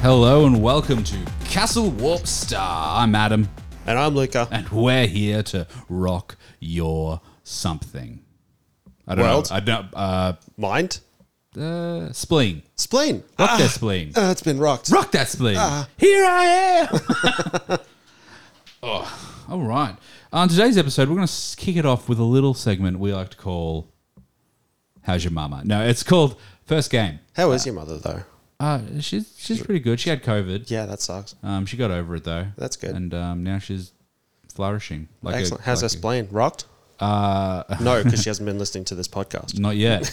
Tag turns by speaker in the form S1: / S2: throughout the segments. S1: Hello and welcome to Castle Warp Star. I'm Adam,
S2: And I'm uh, Luca.
S1: and we're here to rock your something. I don't
S2: World.
S1: know. I don't. Uh,
S2: Mind?
S1: uh, spleen.
S2: Spleen.
S1: Rock
S2: Ah,
S1: that spleen.
S2: ah, it's been rocked.
S1: Rock that spleen. Here I am. oh, all right. On today's episode, we're going to kick it off with a little segment we like to call "How's Your Mama." No, it's called First Game.
S2: How is your mother, though?
S1: Uh, she's she's pretty good. She had COVID.
S2: Yeah, that sucks.
S1: Um, she got over it though.
S2: That's good.
S1: And um, now she's flourishing. Like a-
S2: Excellent. How's her
S1: like a-
S2: spleen? Rocked? Uh, no, because she hasn't been listening to this podcast.
S1: Not yet.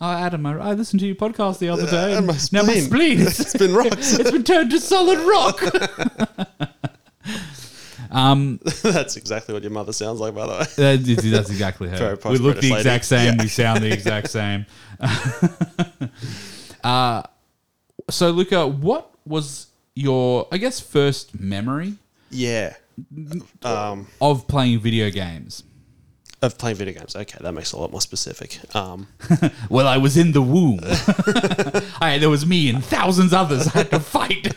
S1: oh, Adam, I, I listened to your podcast the other day. and
S2: Uh, my
S1: Now my
S2: spleen.
S1: spleen, it's,
S2: It's been rocked.
S1: it's been turned to solid rock.
S2: That's exactly what your mother sounds like, by the way.
S1: That- That's exactly
S2: Very
S1: her. We
S2: posh
S1: look the
S2: British
S1: exact
S2: lady.
S1: same. We sound the exact same. uh, so, Luca, what was your, I guess, first memory
S2: Yeah.
S1: of playing video games?
S2: Of playing video games. Okay, that makes it a lot more specific. Um,
S1: Well, I was in the womb. I, there was me and thousands others I had to fight.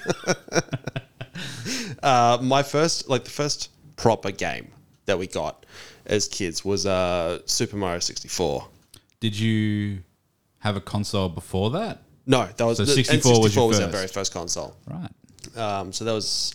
S2: uh, my first, like the first proper game that we got as kids was uh, Super Mario 64.
S1: Did you have a console before that?
S2: No, that was
S1: So
S2: the
S1: 64
S2: N64
S1: was
S2: was,
S1: your
S2: our
S1: first.
S2: very first console.
S1: Right.
S2: Um, so that was,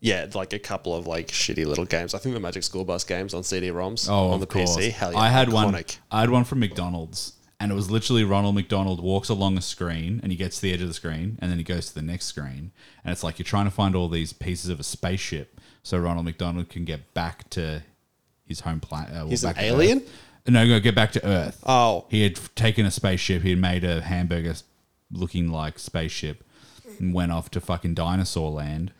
S2: yeah, like a couple of like shitty little games. I think the Magic School Bus games on CD-ROMs
S1: Oh,
S2: on
S1: of
S2: the
S1: course.
S2: PC. Hell yeah,
S1: I had one.
S2: iconic.
S1: I had one from McDonald's, and it was literally Ronald McDonald walks along a screen, and he gets to the edge of the screen, and then he goes to the next screen, and it's like you're trying to find all these pieces of a spaceship so Ronald McDonald can get back to his home planet. Uh, well,
S2: He's an
S1: back to
S2: alien?
S1: Earth. No, go get back to Earth.
S2: Oh,
S1: He had taken a spaceship. He had made a hamburger s- looking like spaceship and went off to fucking dinosaur land.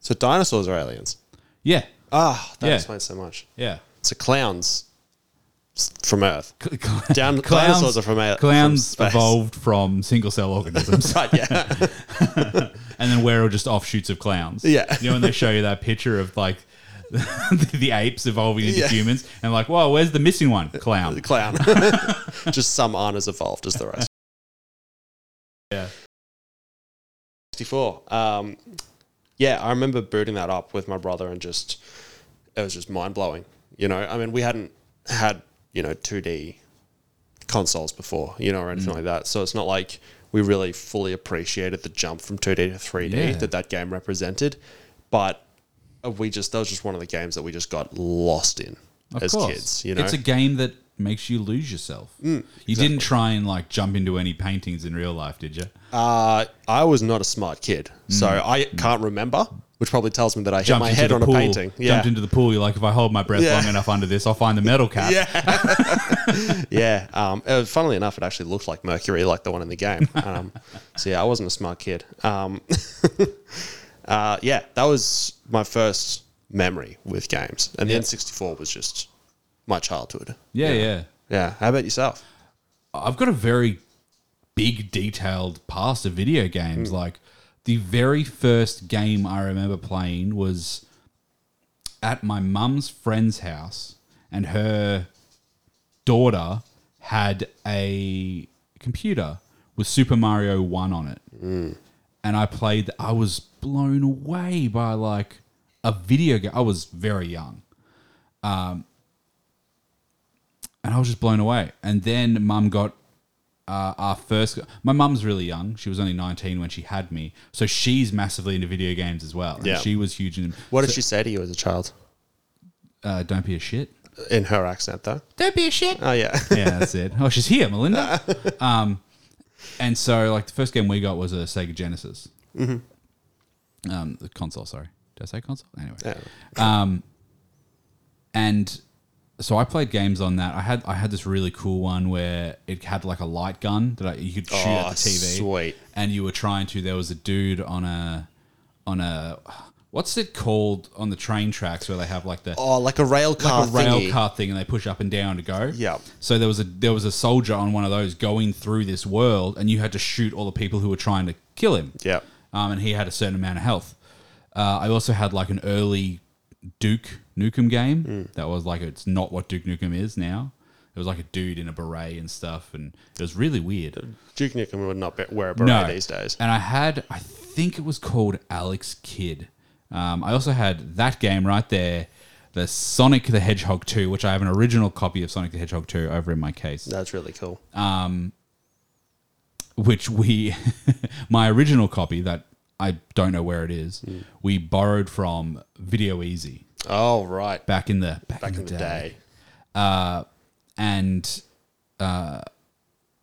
S2: so dinosaurs are aliens.
S1: Yeah.
S2: Ah, that
S1: Yeah.
S2: explains so much.
S1: Yeah.
S2: So clowns s- from Earth.
S1: Cl- cl-
S2: Down- dinosaurs are from a- from
S1: clowns
S2: space.
S1: evolved from single cell organisms,
S2: Right, yeah.
S1: and then we're all just offshoots of clowns.
S2: Yeah.
S1: you know when they show you that picture of like the, the apes evolving into
S2: Yeah. Uh,
S1: humans, and like, whoa, where's the missing one? Clown.
S2: Clown. Just some aren't as evolved as the rest.
S1: Yeah.
S2: 64. Um, yeah, I remember booting that up with my brother and just, it was just mind blowing. You know, I mean, we hadn't had, you know, 2D consoles before, you know, or
S1: Mm.
S2: anything like that. So it's not like we really fully appreciated the jump from 2D to 3D
S1: Yeah.
S2: that that game represented. But we just, that was just one of the games that we just got lost in
S1: Of
S2: as
S1: course.
S2: kids, you know? Mm,
S1: It's a game that makes you lose yourself. You didn't try and like jump into any paintings in real life, did you?
S2: Uh, I was not a smart kid, so I can't remember, which probably tells me that I hit
S1: Mm. jumped
S2: my
S1: into
S2: head
S1: the
S2: on
S1: pool,
S2: a painting. Yeah,
S1: Jumped into the pool. You're like, if I hold my breath
S2: Yeah.
S1: long enough under this, I'll find the metal cap.
S2: yeah, yeah. Um, uh, funnily enough, it actually looked like Mercury, like the one in the game. Um, so yeah, I wasn't a smart kid. Um, uh, yeah, that was my first memory with games, and
S1: Yeah.
S2: the N64 was just my childhood.
S1: yeah, yeah.
S2: Yeah, how about yourself?
S1: I've got a very big, detailed past of video games.
S2: Mm.
S1: Like the very first game I remember playing was at my mum's friend's house, and her daughter had a computer with Super Mario One on it, and I played. I was blown away by like a video game. I was very young. Um, and I was just blown away. And then mum got uh, our first. My mum's really young; she was only nineteen when she had me, so she's massively into video games as well. And
S2: Yeah.
S1: she was huge in.
S2: What did she say to you as a child?
S1: Uh, don't be a shit.
S2: In her accent, though.
S1: Don't be a shit.
S2: Oh yeah,
S1: yeah, that's it. Oh, she's here, Melinda. um, and so like the first game we got was a Sega Genesis. Mm-hmm. Um, the console. Sorry, did I say console? Anyway.
S2: Yeah.
S1: and so I played games on that. I had I had this really cool one where it had like a light gun that I, you could shoot at
S2: Oh,
S1: the TV.
S2: sweet.
S1: And you were trying to. There was a dude on a on a what's it called on the train tracks where they have like the
S2: Oh, like a rail car.
S1: a rail
S2: thingy.
S1: car thing and they push up and down to go.
S2: Yeah.
S1: So there was a there was a soldier on one of those going through this world, and you had to shoot all the people who were trying to kill him.
S2: Yeah.
S1: Um, and he had a certain amount of health. Uh, I also had like an
S2: Mm.
S1: early Duke Nukem game that was like it's not what Duke Nukem is now. It was like a dude in a beret and stuff, and it was really weird.
S2: Duke Nukem would not be, wear a beret these days.
S1: And I had, I think it was called Alex Kidd. Um, I also had that game right there, the Sonic the Hedgehog 2, which I have an original copy of Sonic the Hedgehog 2 over in my case
S2: That's really cool.
S1: which we my original copy that I don't know where it is,
S2: Mm.
S1: we borrowed from Video Easy
S2: oh right,
S1: back in the back,
S2: back in the day.
S1: and uh,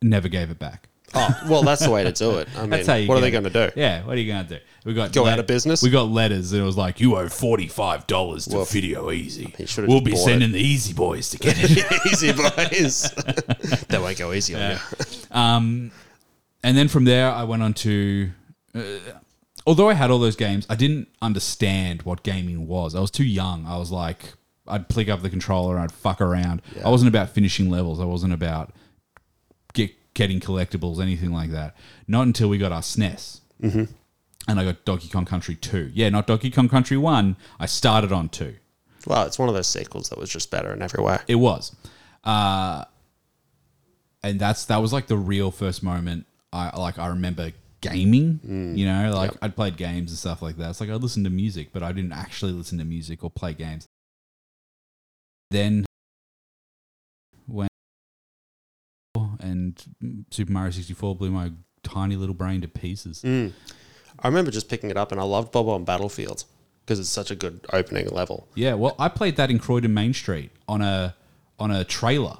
S1: never gave it back.
S2: Oh well, that's the way to do it. I mean,
S1: That's how you
S2: what are
S1: get
S2: they
S1: it.
S2: going to do?
S1: Yeah, what are you going to do? We got
S2: Go out of business?
S1: We got letters, and it was like you owe forty five dollars to
S2: Woof.
S1: Video Easy.
S2: should've
S1: We'll
S2: just
S1: be
S2: bought
S1: sending the Easy Boys to get it.
S2: easy boys. that won't go easy on you.
S1: and then from there, I went on to. Uh, although I had all those games, I didn't understand what gaming was. I was too young. I was like, I'd pick up the controller and I'd fuck around. I wasn't about finishing levels. I wasn't about get, getting collectibles, anything like that. Not until we got our SNES. Mm-hmm. And I got Donkey Kong Country 2. Yeah, not Donkey Kong Country 1. I started on 2.
S2: Well, it's one of those sequels that was just better in every way.
S1: It was. Uh, and that's that was like the real first moment I like I remember gaming. You know, like I'd played games and stuff like that. It's like I listened to music, but I didn't actually listen to music or play games. Then when and Super Mario 64 blew my tiny little brain to pieces.
S2: I remember just picking it up, and I loved Bob on Battlefield because it's such a good opening level.
S1: Yeah, well, I played that in Croydon Main Street on a on a trailer.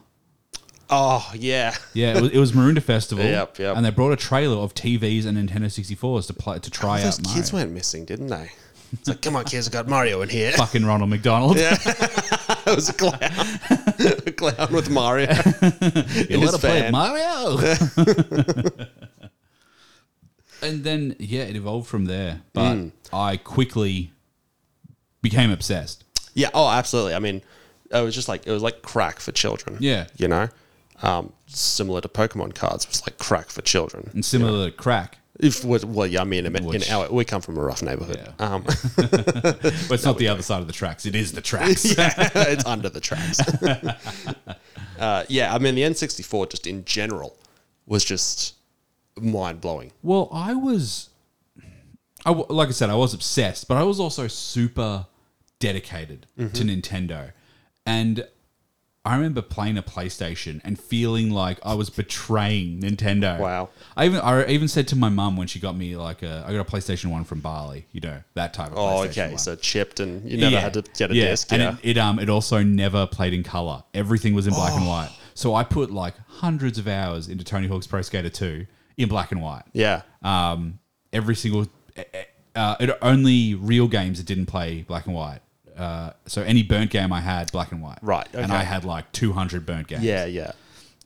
S2: Oh yeah,
S1: Yeah, it was, it was Maroonda Festival.
S2: Yep, yep.
S1: And they brought a trailer of TVs and Nintendo 64s to play to try
S2: those
S1: out Mario.
S2: kids went missing, didn't they? It's like, come on, kids, I got Mario in here.
S1: Fucking Ronald McDonald.
S2: It was a clown, a clown with Mario.
S1: you
S2: in
S1: want
S2: his
S1: to play
S2: van.
S1: Mario? and then yeah, it evolved from there. But
S2: Mm.
S1: I quickly became obsessed.
S2: Yeah. Oh, absolutely. I mean, it was just like it was like crack for children.
S1: Yeah.
S2: You know, um, similar to Pokemon cards was like crack for children.
S1: And similar to crack,
S2: If well, well, yeah, I mean, in, in
S1: Which-
S2: our we come from a rough neighborhood.
S1: Yeah.
S2: Um,
S1: but it's not the other side of the tracks. It is the tracks.
S2: yeah, it's under the tracks. uh, yeah, I mean, the N64 just in general was just mind blowing.
S1: Well, I was, I w- like I said, I was obsessed, but I was also super dedicated to
S2: Mm-hmm.
S1: Nintendo, and I remember playing a PlayStation and feeling like I was betraying Nintendo.
S2: Wow.
S1: I even I even said to my mum when she got me like a I got a PlayStation One from Bali, you know that type of.
S2: Oh,
S1: PlayStation
S2: okay.
S1: 1.
S2: So chipped, and you never had to get a disc.
S1: And
S2: Yeah.
S1: It, it um it also never played in color. Everything was in black
S2: Oh.
S1: and white. So I put like hundreds of hours into Tony Hawk's Pro Skater 2 in black and white
S2: yeah.
S1: um, every single uh, uh, it only real games that didn't play black and white. Uh, so any burnt game I had black and white,
S2: Right,
S1: And
S2: okay.
S1: I had like two hundred burnt games,
S2: yeah. Yeah.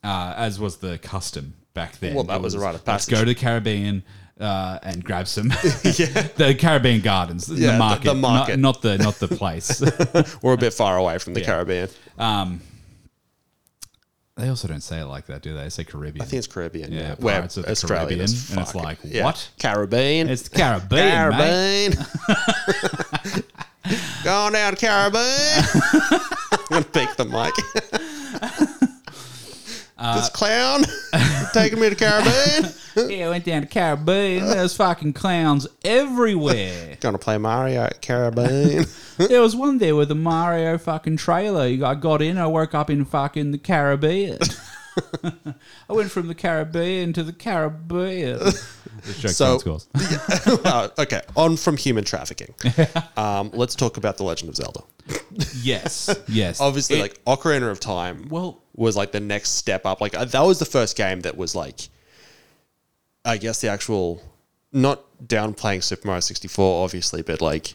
S1: Uh, as was the custom back then.
S2: Well, that
S1: It
S2: was a rite of
S1: Let's go
S2: passage.
S1: to the Caribbean uh, and grab some. the Caribbean Gardens,
S2: Yeah,
S1: the
S2: the-
S1: market,
S2: the market.
S1: Not, not the not the place.
S2: We're a bit far away from the Caribbean.
S1: they also don't say it like that, do they? They say Caribbean.
S2: I think it's Caribbean. Yeah,
S1: Yeah,
S2: where
S1: Pirates of the
S2: Australia
S1: Caribbean,
S2: is
S1: and it's
S2: fucking-
S1: like,
S2: yeah.
S1: what?
S2: Caribbean?
S1: it's the Caribbean, mate.
S2: Caribbean. Go on down, Caribbean. I'm gonna pick the mic. this clown taking me to Caribbean.
S1: Yeah, I went down to Caribbean. There's fucking clowns everywhere.
S2: gonna play Mario at Caribbean.
S1: There was one there with a Mario fucking trailer. You got- I got in, I woke up in fucking the Caribbean. I went from the Caribbean to the Caribbean.
S2: So- Uh, okay, on from human trafficking. Um, let's talk about the Legend of Zelda.
S1: yes, yes.
S2: Obviously,
S1: It-
S2: like Ocarina of Time.
S1: well,
S2: was like the next step up. Like uh, that was the first game that was like, I guess the actual, not downplaying Super Mario sixty four, obviously, but like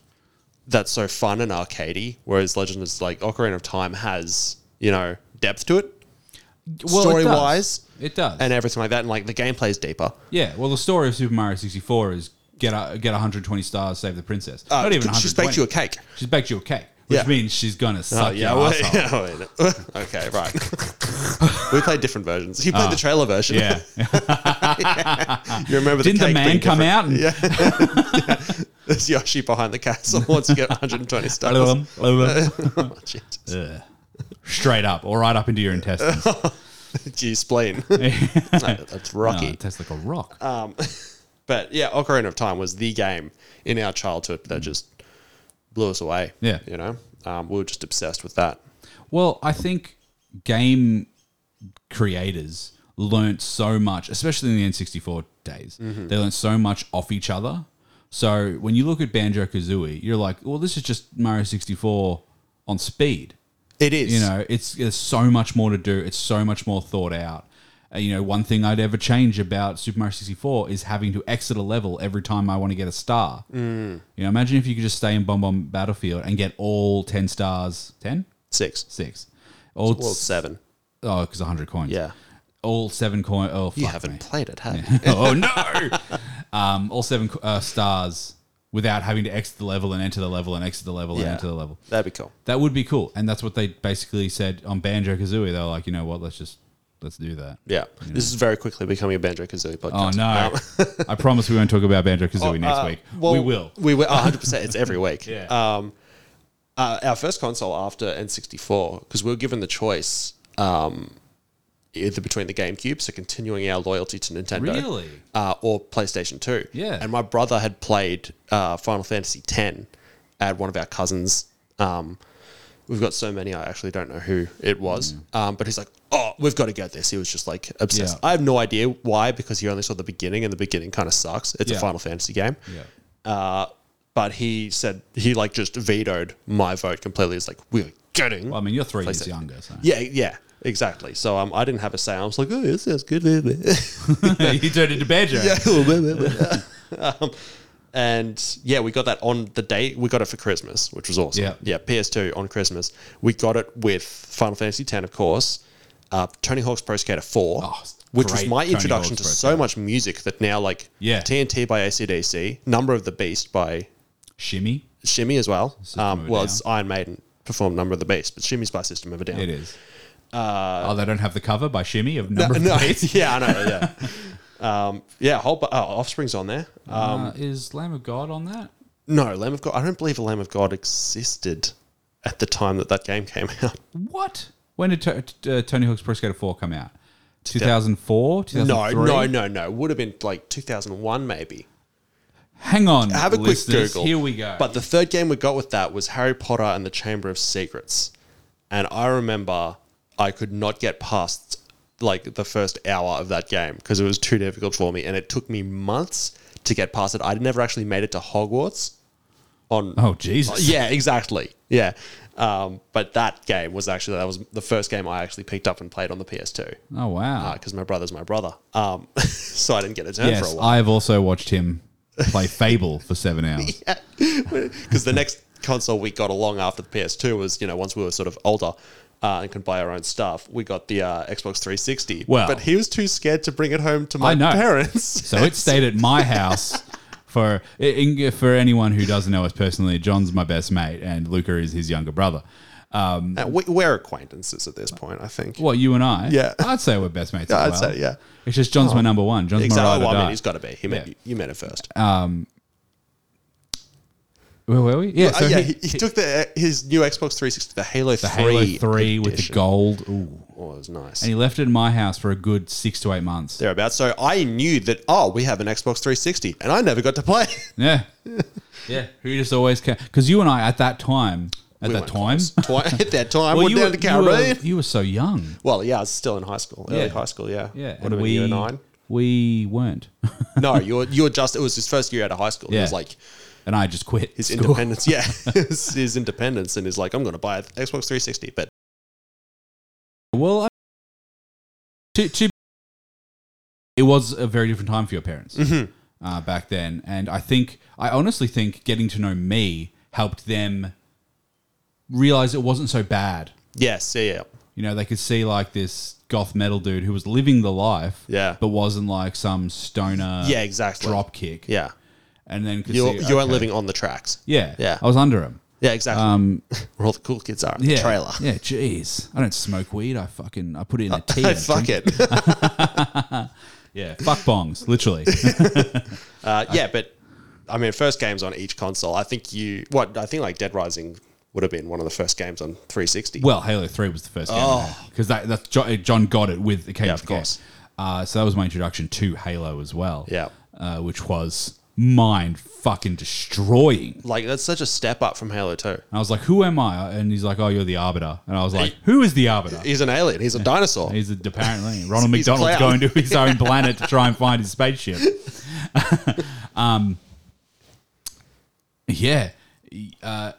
S2: that's so fun and arcadey. Whereas Legend is like Ocarina of Time has you know depth to it,
S1: well, it
S2: story
S1: does.
S2: wise,
S1: it does.
S2: and everything like that, and like the gameplay is deeper.
S1: yeah, well, the story of Super Mario 64 is get a, get 120 stars, save the princess.
S2: Uh,
S1: Not even 120.
S2: she's baked you a cake.
S1: She's baked you a cake, which
S2: Yeah.
S1: means she's gonna
S2: Oh
S1: suck
S2: yeah,
S1: your
S2: wait,
S1: asshole.
S2: yeah, wait. okay, right. we played different versions. You played the trailer version.
S1: Uh, Yeah.
S2: you remember
S1: Didn't the
S2: the, cake
S1: man
S2: being
S1: come
S2: different.
S1: out and
S2: There's Yoshi behind the castle once you get 120 stars.
S1: Ugh.
S2: Jesus.
S1: straight up or right up into your intestines.
S2: Gee, spleen. no, that's rocky.
S1: No, it tastes like a rock.
S2: But yeah, Ocarina of Time was the game in our childhood that just blew us away.
S1: Mm. Yeah.
S2: You know, um, we were just obsessed with that.
S1: Well, I think game creators learnt so much, especially in the N64 days. They learnt so much off each other. So when you look at Banjo Kazooie, you're like, well, this is just Mario 64 on speed.
S2: It is.
S1: You know, it's there's so much more to do. It's so much more thought out. Uh, you know, one thing I'd ever change about Super Mario 64 is having to exit a level every time I want to get a star. You know, imagine if you could just stay in Bomb Bomb Battlefield and get all 10 stars. 10?
S2: Six.
S1: Six. All
S2: Well, seven.
S1: Oh, because 100 coins.
S2: Yeah.
S1: All seven coin. Oh, fuck
S2: You haven't
S1: me.
S2: played it, have you?
S1: oh, no. um, all seven co- uh, stars without having to exit the level and enter the level and exit the level and
S2: Yeah.
S1: enter the level.
S2: That'd be cool.
S1: That would be cool. And that's what they basically said on Banjo Kazooie. They were like, you know what? Let's just, let's do that.
S2: Yeah. This is very quickly becoming a Banjo Kazooie
S1: Oh,
S2: podcast.
S1: no. I promise we won't talk about Banjo Kazooie next
S2: Uh,
S1: week.
S2: well,
S1: we will.
S2: We will. 100%. It's every week.
S1: Yeah.
S2: Um, uh, our first console after N64, because we were given the choice um, either between the GameCube, so continuing our loyalty to Nintendo,
S1: Really?
S2: uh, or PlayStation 2.
S1: Yeah.
S2: And my brother had played uh, Final Fantasy X at one of our cousins. Um, we've got so many, I actually don't know who it was. Um, but he's like, oh, we've got to get this. He was just like obsessed.
S1: Mm. Yeah.
S2: I have no idea why, because he only saw the beginning, and the beginning kind of sucks. It's
S1: Yeah.
S2: a Final Fantasy game.
S1: Yeah.
S2: Uh, but he said he like just vetoed my vote completely. It's like we're getting.
S1: Well, I mean, you're three years
S2: PlayStation.
S1: younger, so.
S2: yeah, yeah, exactly. So um, I didn't have a say. I was like, oh, this sounds good.
S1: you turned into Banjo.
S2: um, and yeah, we got that on the day we got it for Christmas, which was awesome.
S1: Yeah.
S2: yeah. PS2 on Christmas. We got it with Final Fantasy X, of course. Uh, Tony Hawk's Pro Skater 4,
S1: Oh, it's
S2: which was
S1: great
S2: my
S1: Tony
S2: introduction
S1: Hawk's
S2: to
S1: Pro
S2: so much music that now like
S1: Yeah.
S2: TNT by ACDC, Number of the Beast by
S1: Shimmy.
S2: Shimmy as well.
S1: System of
S2: Um,
S1: a
S2: well,
S1: Down.
S2: it's Iron Maiden performed Number of the Beast, but Shimmy's by System of a Down.
S1: It is. oh, they don't have the cover by Shimmy of number
S2: Uh, No,
S1: of days.
S2: yeah, I know. Yeah, um, yeah. Whole bu- oh, Offspring's on there. Uh,
S1: Uh, is Lamb of God on that?
S2: no, Lamb of God. I don't believe a Lamb of God existed at the time that that game came out.
S1: What? When did to- t- uh, Tony Hawk's Pro Skater 4 come out? 2004? 2003?
S2: No, no, no, no. Would have been like 2001, maybe.
S1: Hang on.
S2: Have a
S1: listeners.
S2: quick Google.
S1: Here we go.
S2: But the third game we got with that was Harry Potter and the Chamber of Secrets, and I remember I could not get past like the first hour of that game because it was too difficult for me, and it took me months to get past it. I never actually made it to Hogwarts. On
S1: oh, Jesus.
S2: yeah, exactly. Yeah. Um, but that game was actually that was the first game I actually picked up and played on the PS2
S1: Oh, wow.
S2: because uh, my brother's my brother, um, so I didn't get to turn for a
S1: yes,
S2: while.
S1: I've also watched him play Fable for seven hours.
S2: because the next console we got along after the PS2 was, you know, once we were sort of older uh, and could buy our own stuff, we got the uh, Xbox 360.
S1: Well-
S2: but he was too scared to bring it home to
S1: I
S2: my
S1: know.
S2: parents.
S1: So it stayed at my house. For in- for anyone who doesn't know us personally, John's my best mate, and Luca is his younger brother.
S2: Uh, we, we're acquaintances at this point, I think.
S1: What you and I?
S2: Yeah.
S1: I'd say we're best mates.
S2: Yeah,
S1: as
S2: I'd
S1: well.
S2: say, yeah. Oh.
S1: It's just John's my number one. John's my ride
S2: Exactly.
S1: or
S2: Well, I mean,
S1: die.
S2: he's got to be. He met
S1: Yeah. Uh,
S2: you, you met him first.
S1: Where were we? Yeah,
S2: Uh,
S1: so
S2: yeah,
S1: he-
S2: he, he took the uh, his new Xbox 360, the Halo 3.
S1: Halo Three with the
S2: edition.
S1: gold. Ooh.
S2: Oh, it was nice.
S1: And he left it in my house for a good six to eight months.
S2: Thereabouts. So I knew that, oh, we have an Xbox 360, and I never got to play.
S1: Yeah, yeah. Who just always came because you and I at that time, at
S2: We
S1: that
S2: weren't
S1: time,
S2: close. Twi- at that time, went
S1: you,
S2: down
S1: were,
S2: to
S1: you, were,
S2: Caribbean.
S1: you were so young.
S2: Well, yeah, I was still in high school, early
S1: Yeah.
S2: high school. Yeah,
S1: Yeah,
S2: Would have been year nine.
S1: we weren't,
S2: No, you're you're just. It was his first year out of high school. It
S1: Yeah.
S2: was like
S1: and I just quit.
S2: his
S1: school.
S2: independence. Yeah, it was his independence, and he's like, I'm going to buy an Xbox 360. But
S1: Well, I, to, to, it was a very different time for your parents
S2: Mm-hmm.
S1: uh, back then, and I think I honestly think getting to know me helped them realize it wasn't so bad.
S2: yes, yeah, yeah,
S1: You know, they could see like this goth metal dude who was living the life,
S2: Yeah.
S1: but wasn't like some stoner,
S2: yeah, exactly.
S1: drop kick,
S2: Yeah,
S1: and then could
S2: you
S1: see,
S2: you weren't
S1: okay,
S2: living on the tracks.
S1: yeah,
S2: Yeah.
S1: I was under him.
S2: Yeah, exactly. Where all the cool kids are in
S1: Um, Yeah,
S2: the trailer.
S1: Yeah, jeez, I don't smoke weed. I fucking I put it in a tea.
S2: Hey,
S1: and drink
S2: fuck it.
S1: Yeah, fuck bongs, literally.
S2: Uh, yeah, but I mean, first games on each console. I think you what I think like Dead Rising would have been one of the first games on 360.
S1: Well, Halo Three was the first game because that that's John, John got it with Occasion
S2: Oh. Yeah, of course.
S1: Uh, so that was my introduction to Halo as well.
S2: Yeah.
S1: uh, which was mind fucking destroying.
S2: like that's such a step up from Halo 2.
S1: And I was like, "Who am I?" And he's like, "Oh, you're the Arbiter." And I was like, "Who is the Arbiter?"
S2: He's an alien. He's a dinosaur.
S1: He's a- apparently Ronald
S2: He's a
S1: McDonald's
S2: clown.
S1: going to his own planet to try and find his spaceship. um, yeah, uh,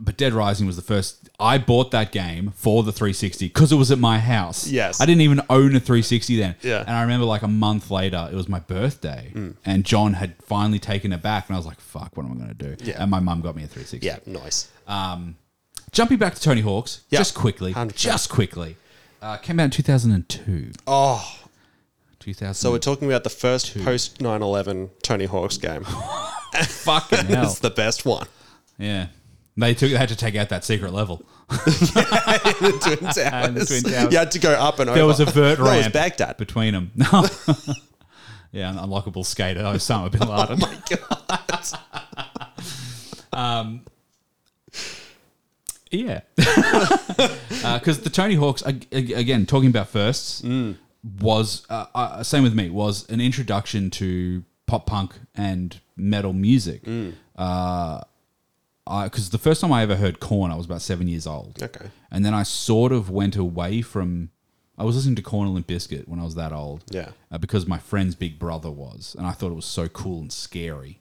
S1: but Dead Rising was the first. I bought that game for the 360 because it was at my house.
S2: Yes.
S1: I didn't even own a 360 then.
S2: Yeah. Mm.
S1: and I remember like a month later, it was my birthday, and John had finally taken it back, and I was like, "Fuck, what am I going to do?"
S2: Yeah.
S1: and my mum got me a 360.
S2: yeah, nice.
S1: jumping back to Tony Hawk's,
S2: Yeah.
S1: just quickly,
S2: 100%.
S1: just quickly. Uh, came out in 2002.
S2: Oh,
S1: 2000.
S2: so we're talking about the first post 9/11 Tony Hawk's game.
S1: Oh, fucking hell.
S2: It's the best one.
S1: yeah. They took they had to take out that secret level.
S2: the Twin Towers.
S1: the Twin Towers.
S2: You had to go up and over.
S1: There was a vert
S2: That was
S1: ramp
S2: Baghdad.
S1: between them. yeah, an unlockable skater Osama bin Laden.
S2: Oh My God.
S1: Um, yeah. Because Uh, the Tony Hawks, ag- ag- again, talking about firsts, was, uh, uh, same with me, was an introduction to pop punk and metal music. Because the first time I ever heard Korn, I was about seven years old.
S2: Okay.
S1: And then I sort of went away from. I was listening to Corn and Limp Biscuit when I was that old.
S2: Yeah.
S1: Uh, because my friend's big brother was. And I thought it was so cool and scary.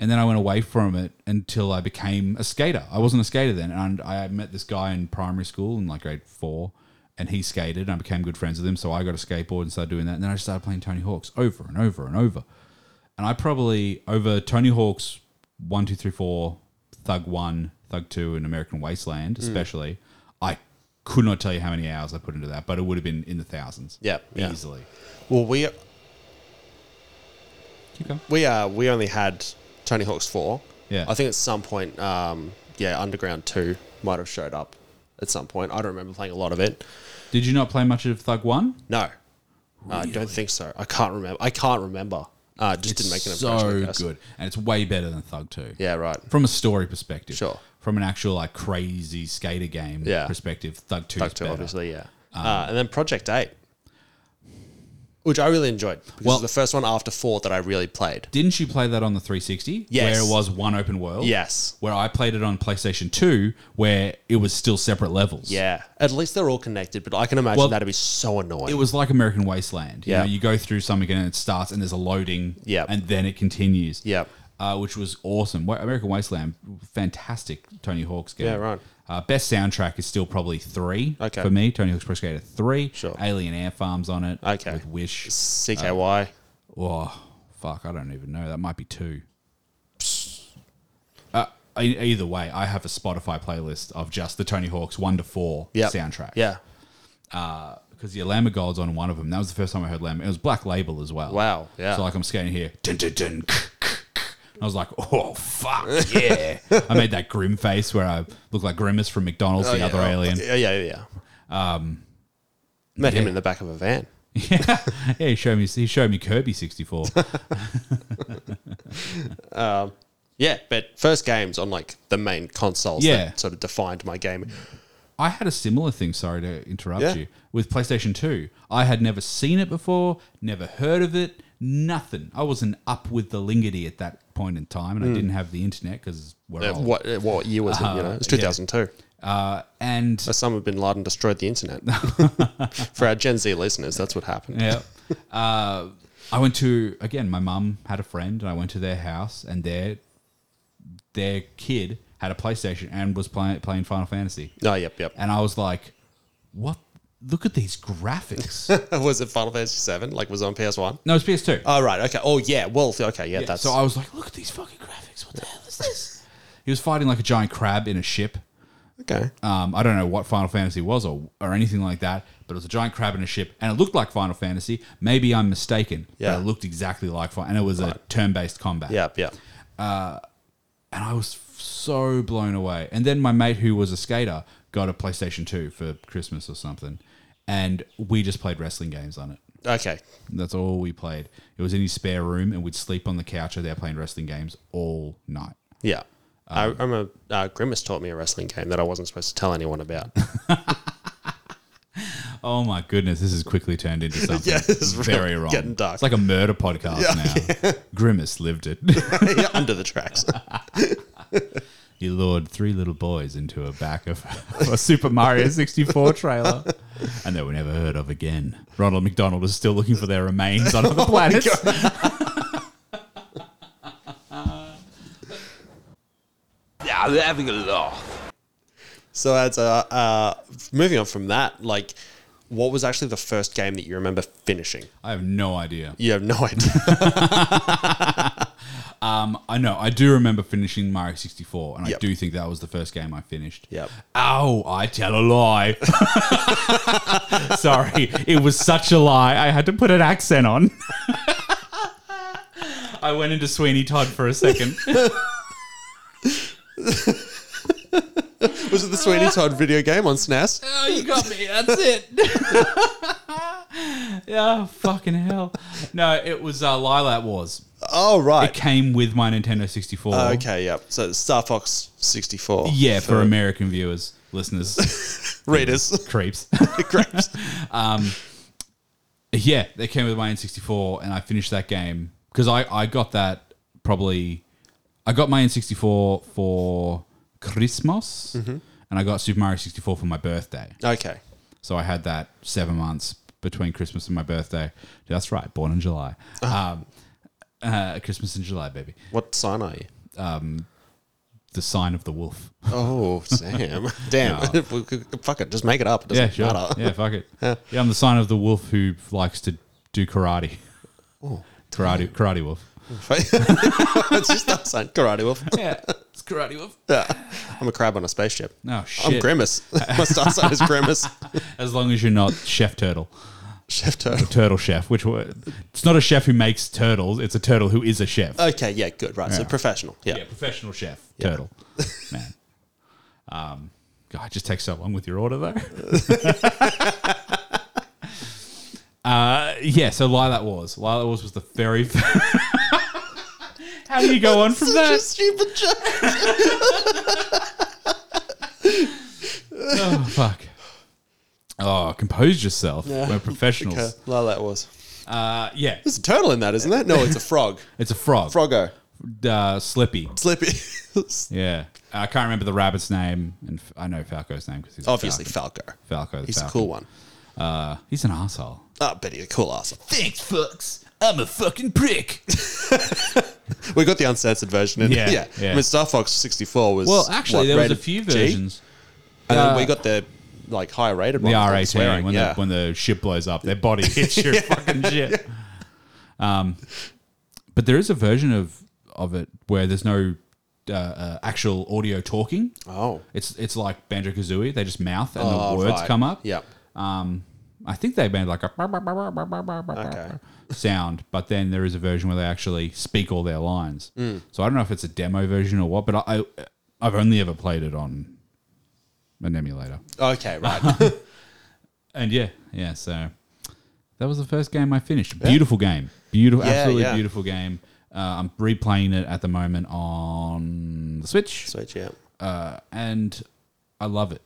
S1: And then I went away from it until I became a skater. I wasn't a skater then. And I met this guy in primary school in like grade four. And he skated and I became good friends with him. So I got a skateboard and started doing that. And then I started playing Tony Hawk's over and over and over. And I probably, over Tony Hawk's 1, 2, 3, 4, Thug 1, Thug 2, and American
S2: Mm.
S1: Wasteland, especially, I could not tell you how many hours I put into that, but it would have been in the thousands.
S2: Yeah, yeah.
S1: Easily.
S2: Well, we
S1: Keep going.
S2: we uh, we only had Tony Hawk's four.
S1: Yeah.
S2: I think at some point, um, yeah, Underground two might have showed up at some point. I don't remember playing a lot of it.
S1: Did you not play much of Thug 1?
S2: No, Uh, I don't think so. I can't remember. I can't remember. Uh, it just didn't make an impression. I
S1: so
S2: guess.
S1: good. And it's way better than Thug 2.
S2: Yeah, right.
S1: From a story perspective.
S2: Sure.
S1: From an actual like crazy skater game
S2: Yeah.
S1: perspective, Thug 2
S2: Duck
S1: is
S2: two,
S1: better. Um,
S2: obviously, yeah. uh, and then Project Eight, which I really enjoyed. Because
S1: Well-
S2: it was the first one after four that I really played.
S1: Didn't you play that on the 360?
S2: Yes.
S1: Where it was one open world?
S2: Yes.
S1: Where I played it on PlayStation 2, where it was still separate levels.
S2: Yeah, at least they're all connected. But I can imagine
S1: Well,
S2: that'd be so annoying.
S1: It was like American Wasteland. You
S2: Yeah.
S1: know, you go through something and it starts and there's a loading
S2: Yeah.
S1: and then it continues.
S2: Yeah.
S1: Uh, which was awesome. Wa- American Wasteland, fantastic Tony Hawk's game.
S2: Yeah, right.
S1: Uh, best soundtrack is still probably three
S2: Okay.
S1: for me. Tony Hawk's Pro Skater 3.
S2: Sure.
S1: Alien Air Farms on it.
S2: Okay.
S1: With Wish.
S2: CKY.
S1: Oh, fuck. I don't even know. That might be two. Uh, e- either way, I have a Spotify playlist of just the Tony Hawk's 1 to 4
S2: yeah.
S1: soundtrack.
S2: Yeah.
S1: Because, yeah, Lamb of Gold's on one of them. That was the first time I heard Lamb. It was Black Label as well.
S2: Wow. Yeah.
S1: So, like, I'm skating here. Dun, dun, dun, k- k- k. And I was like, oh, fuck, yeah. I made that grim face where I look like Grimace from McDonald's, the
S2: Oh, yeah.
S1: other alien.
S2: Yeah, yeah, yeah. Um, Met him in the back of a van.
S1: yeah, he showed me, he showed me Kirby 64.
S2: Yeah, but first games on like the main consoles
S1: Yeah.
S2: that sort of defined my gaming.
S1: I had a similar thing, sorry to interrupt
S2: Yeah.
S1: you, with PlayStation 2. I had never seen it before, never heard of it, nothing. I wasn't up with the lingity at that point in time,
S2: Hmm.
S1: and I didn't have the internet because we're
S2: Uh,
S1: old.
S2: What uh, what year was it? You know, it was
S1: Oh. yeah.
S2: 2002.
S1: Uh, and
S2: Osama bin Laden destroyed the internet. For our Gen Z listeners, that's what happened.
S1: yeah. Uh, I went to again. My mum had a friend, and I went to their house, and their their kid had a PlayStation and was playing playing Final Fantasy,
S2: Oh, yep, yep.
S1: and I was like, "What? Look at these graphics!"
S2: was it Final Fantasy Seven? Like, was it on PS One?
S1: no, it's PS2.
S2: Oh, right. Okay. Oh, yeah. Well, okay. Yeah, that's
S1: so I was like, "Look at these fucking graphics! What the hell is this?" He was fighting like a giant crab in a ship.
S2: okay.
S1: Um, I don't know what Final Fantasy was or, or anything like that, but it was a giant crab in a ship, and it looked like Final Fantasy. Maybe I'm mistaken,
S2: Yeah.
S1: but it looked exactly like Final, and it was a turn-based combat.
S2: Yep, yep.
S1: and I was f- so blown away. And then my mate, who was a skater, got a PlayStation Two for Christmas or something, and we just played wrestling games on it.
S2: Okay.
S1: That's all we played. It was in his spare room, and we'd sleep on the couch over there playing wrestling games all night.
S2: Yeah. I, I remember uh, Grimace taught me a wrestling game that I wasn't supposed to tell anyone about.
S1: Oh my goodness, this has quickly turned into something
S2: Yeah, it's
S1: very
S2: really
S1: wrong.
S2: getting dark.
S1: It's like a murder podcast now. Grimace lived it.
S2: Yeah, under the tracks.
S1: he lured three little boys into a back of a Super Mario 64 trailer, and they were never heard of again. Ronald McDonald is still looking for their remains on
S2: Oh
S1: other planets.
S3: Yeah, I'm having a laugh.
S2: So that's uh, uh, moving on from that. Like, what was actually the first game that you remember finishing?
S1: I have no idea.
S2: You have no idea.
S1: I know. I do remember finishing Mario 64, and I
S2: Yep.
S1: do think that was the first game I finished.
S2: Yep.
S1: Oh, I tell a lie. Sorry, it was such a lie. I had to put an accent on. I went into Sweeney Todd for a second.
S2: was it the Sweeney Todd video game on E SNES?
S1: oh, you got me. That's it. yeah, fucking hell. No, it was uh, Lilac Wars.
S2: Oh
S1: It
S2: right.
S1: came with my Nintendo 64.
S2: Oh, okay. Yep. So Star Fox sixty four.
S1: Yeah, for American viewers, listeners,
S2: readers.
S1: creeps.
S2: Grapes.
S1: Yeah, they came with my N64, and I finished that game because I, I got that probably. I got my N64 for Christmas, and I got Super Mario 64 for my birthday.
S2: Okay.
S1: So I had that seven months between Christmas and my birthday. That's right, born in July. Um, uh, Christmas in July, baby.
S2: What sign are you?
S1: The sign of the wolf.
S2: Oh, Sam. Damn. Fuck it. Just make it up. It doesn't
S1: Yeah, sure.
S2: matter.
S1: Yeah, fuck it. Yeah, I'm the sign of the wolf who likes to do karate. karate, karate wolf.
S2: it's just that sign. Karate Wolf.
S1: Yeah, it's karate wolf.
S2: I'm a crab on a spaceship.
S1: No shit.
S2: I'm Grimace. My star sign is Grimace.
S1: As long as you're not Chef Turtle,
S2: Chef Turtle.
S1: Turtle Chef, which wa- it's not a chef who makes turtles, it's a turtle who is a chef.
S2: Okay, yeah, good, right. So
S1: Yeah.
S2: professional. Yeah.
S1: yeah, professional chef turtle, man. Um, God, it just takes so long with your order though. uh, yeah, so Lilac Wars. Lilac Wars was the very. F- How do you go on from
S2: Such a
S1: that?
S2: stupid joke.
S1: Oh fuck. Oh, compose yourself. We're professionals.
S2: Okay, well, that was.
S1: Uh, yeah,
S2: There's a turtle in that, isn't there? No, it's a frog.
S1: it's a frog.
S2: Froggo.
S1: Uh, Slippy.
S2: Slippy.
S1: Yeah, I can't remember the rabbit's name, and f- I know Falco's name because he's a
S2: Obviously,
S1: Falcon.
S2: Falco.
S1: Falco. the
S2: He's a
S1: Falcon.
S2: cool one.
S1: Uh, he's an asshole.
S2: Oh, but he's a cool asshole.
S1: Thanks, fucks. I'm a fucking prick.
S2: We got the uncensored version in.
S1: Yeah,
S2: Yeah, yeah.
S1: yeah.
S2: I mean, Star Fox 64 was.
S1: Well, actually,
S2: what,
S1: there was a
S2: rated
S1: few
S2: G? Oh,
S1: versions.
S2: And
S1: Uh,
S2: then we got the like higher rated
S1: The
S2: one.
S1: R eighteen
S2: swearing,
S1: when
S2: yeah.
S1: the when the ship blows up, their body hits your fucking ship. Um, but there is a version of of it where there's no uh, uh, actual audio talking.
S2: oh.
S1: It's it's like Banjo Kazooie. They just mouth and
S2: Oh,
S1: the words
S2: right.
S1: come up.
S2: Yep.
S1: Um, I think they made like a sound, but then there is a version where they actually speak all their lines.
S2: Mm.
S1: So I don't know if it's a demo version or what, but I, I I've only ever played it on an emulator.
S2: Okay, right.
S1: And yeah, yeah. So that was the first game I finished. Beautiful game, beautiful,
S2: Yeah,
S1: absolutely
S2: yeah.
S1: beautiful game. Uh, I'm replaying it at the moment on the Switch,
S2: Switch, yeah.
S1: uh, and I love it.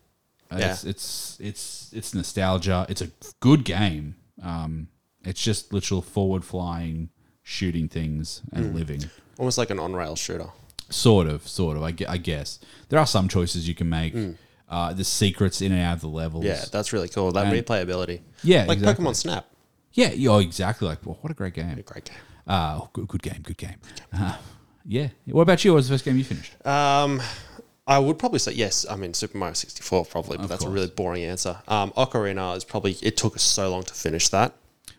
S1: Uh, It's, it's it's it's nostalgia. It's a good game. Um, it's just literal forward flying, shooting things, and living.
S2: Almost like an on rail shooter.
S1: Sort of, sort of. I, gue- I guess there are some choices you can make. Uh, the secrets in and out of the levels.
S2: Yeah, that's really cool. That replayability.
S1: Yeah,
S2: Like
S1: exactly.
S2: Pokemon Snap.
S1: yeah, yeah. oh, exactly. Like, well, what a great game.
S2: Great game.
S1: Uh, oh, good, good game, good game. Uh, yeah. What about you? What was the first game you finished?
S2: Um, I would probably say yes. I mean, Super Mario 64 probably, but that's
S1: course.
S2: a really boring answer. Um, Ocarina is probably it took us so long to finish that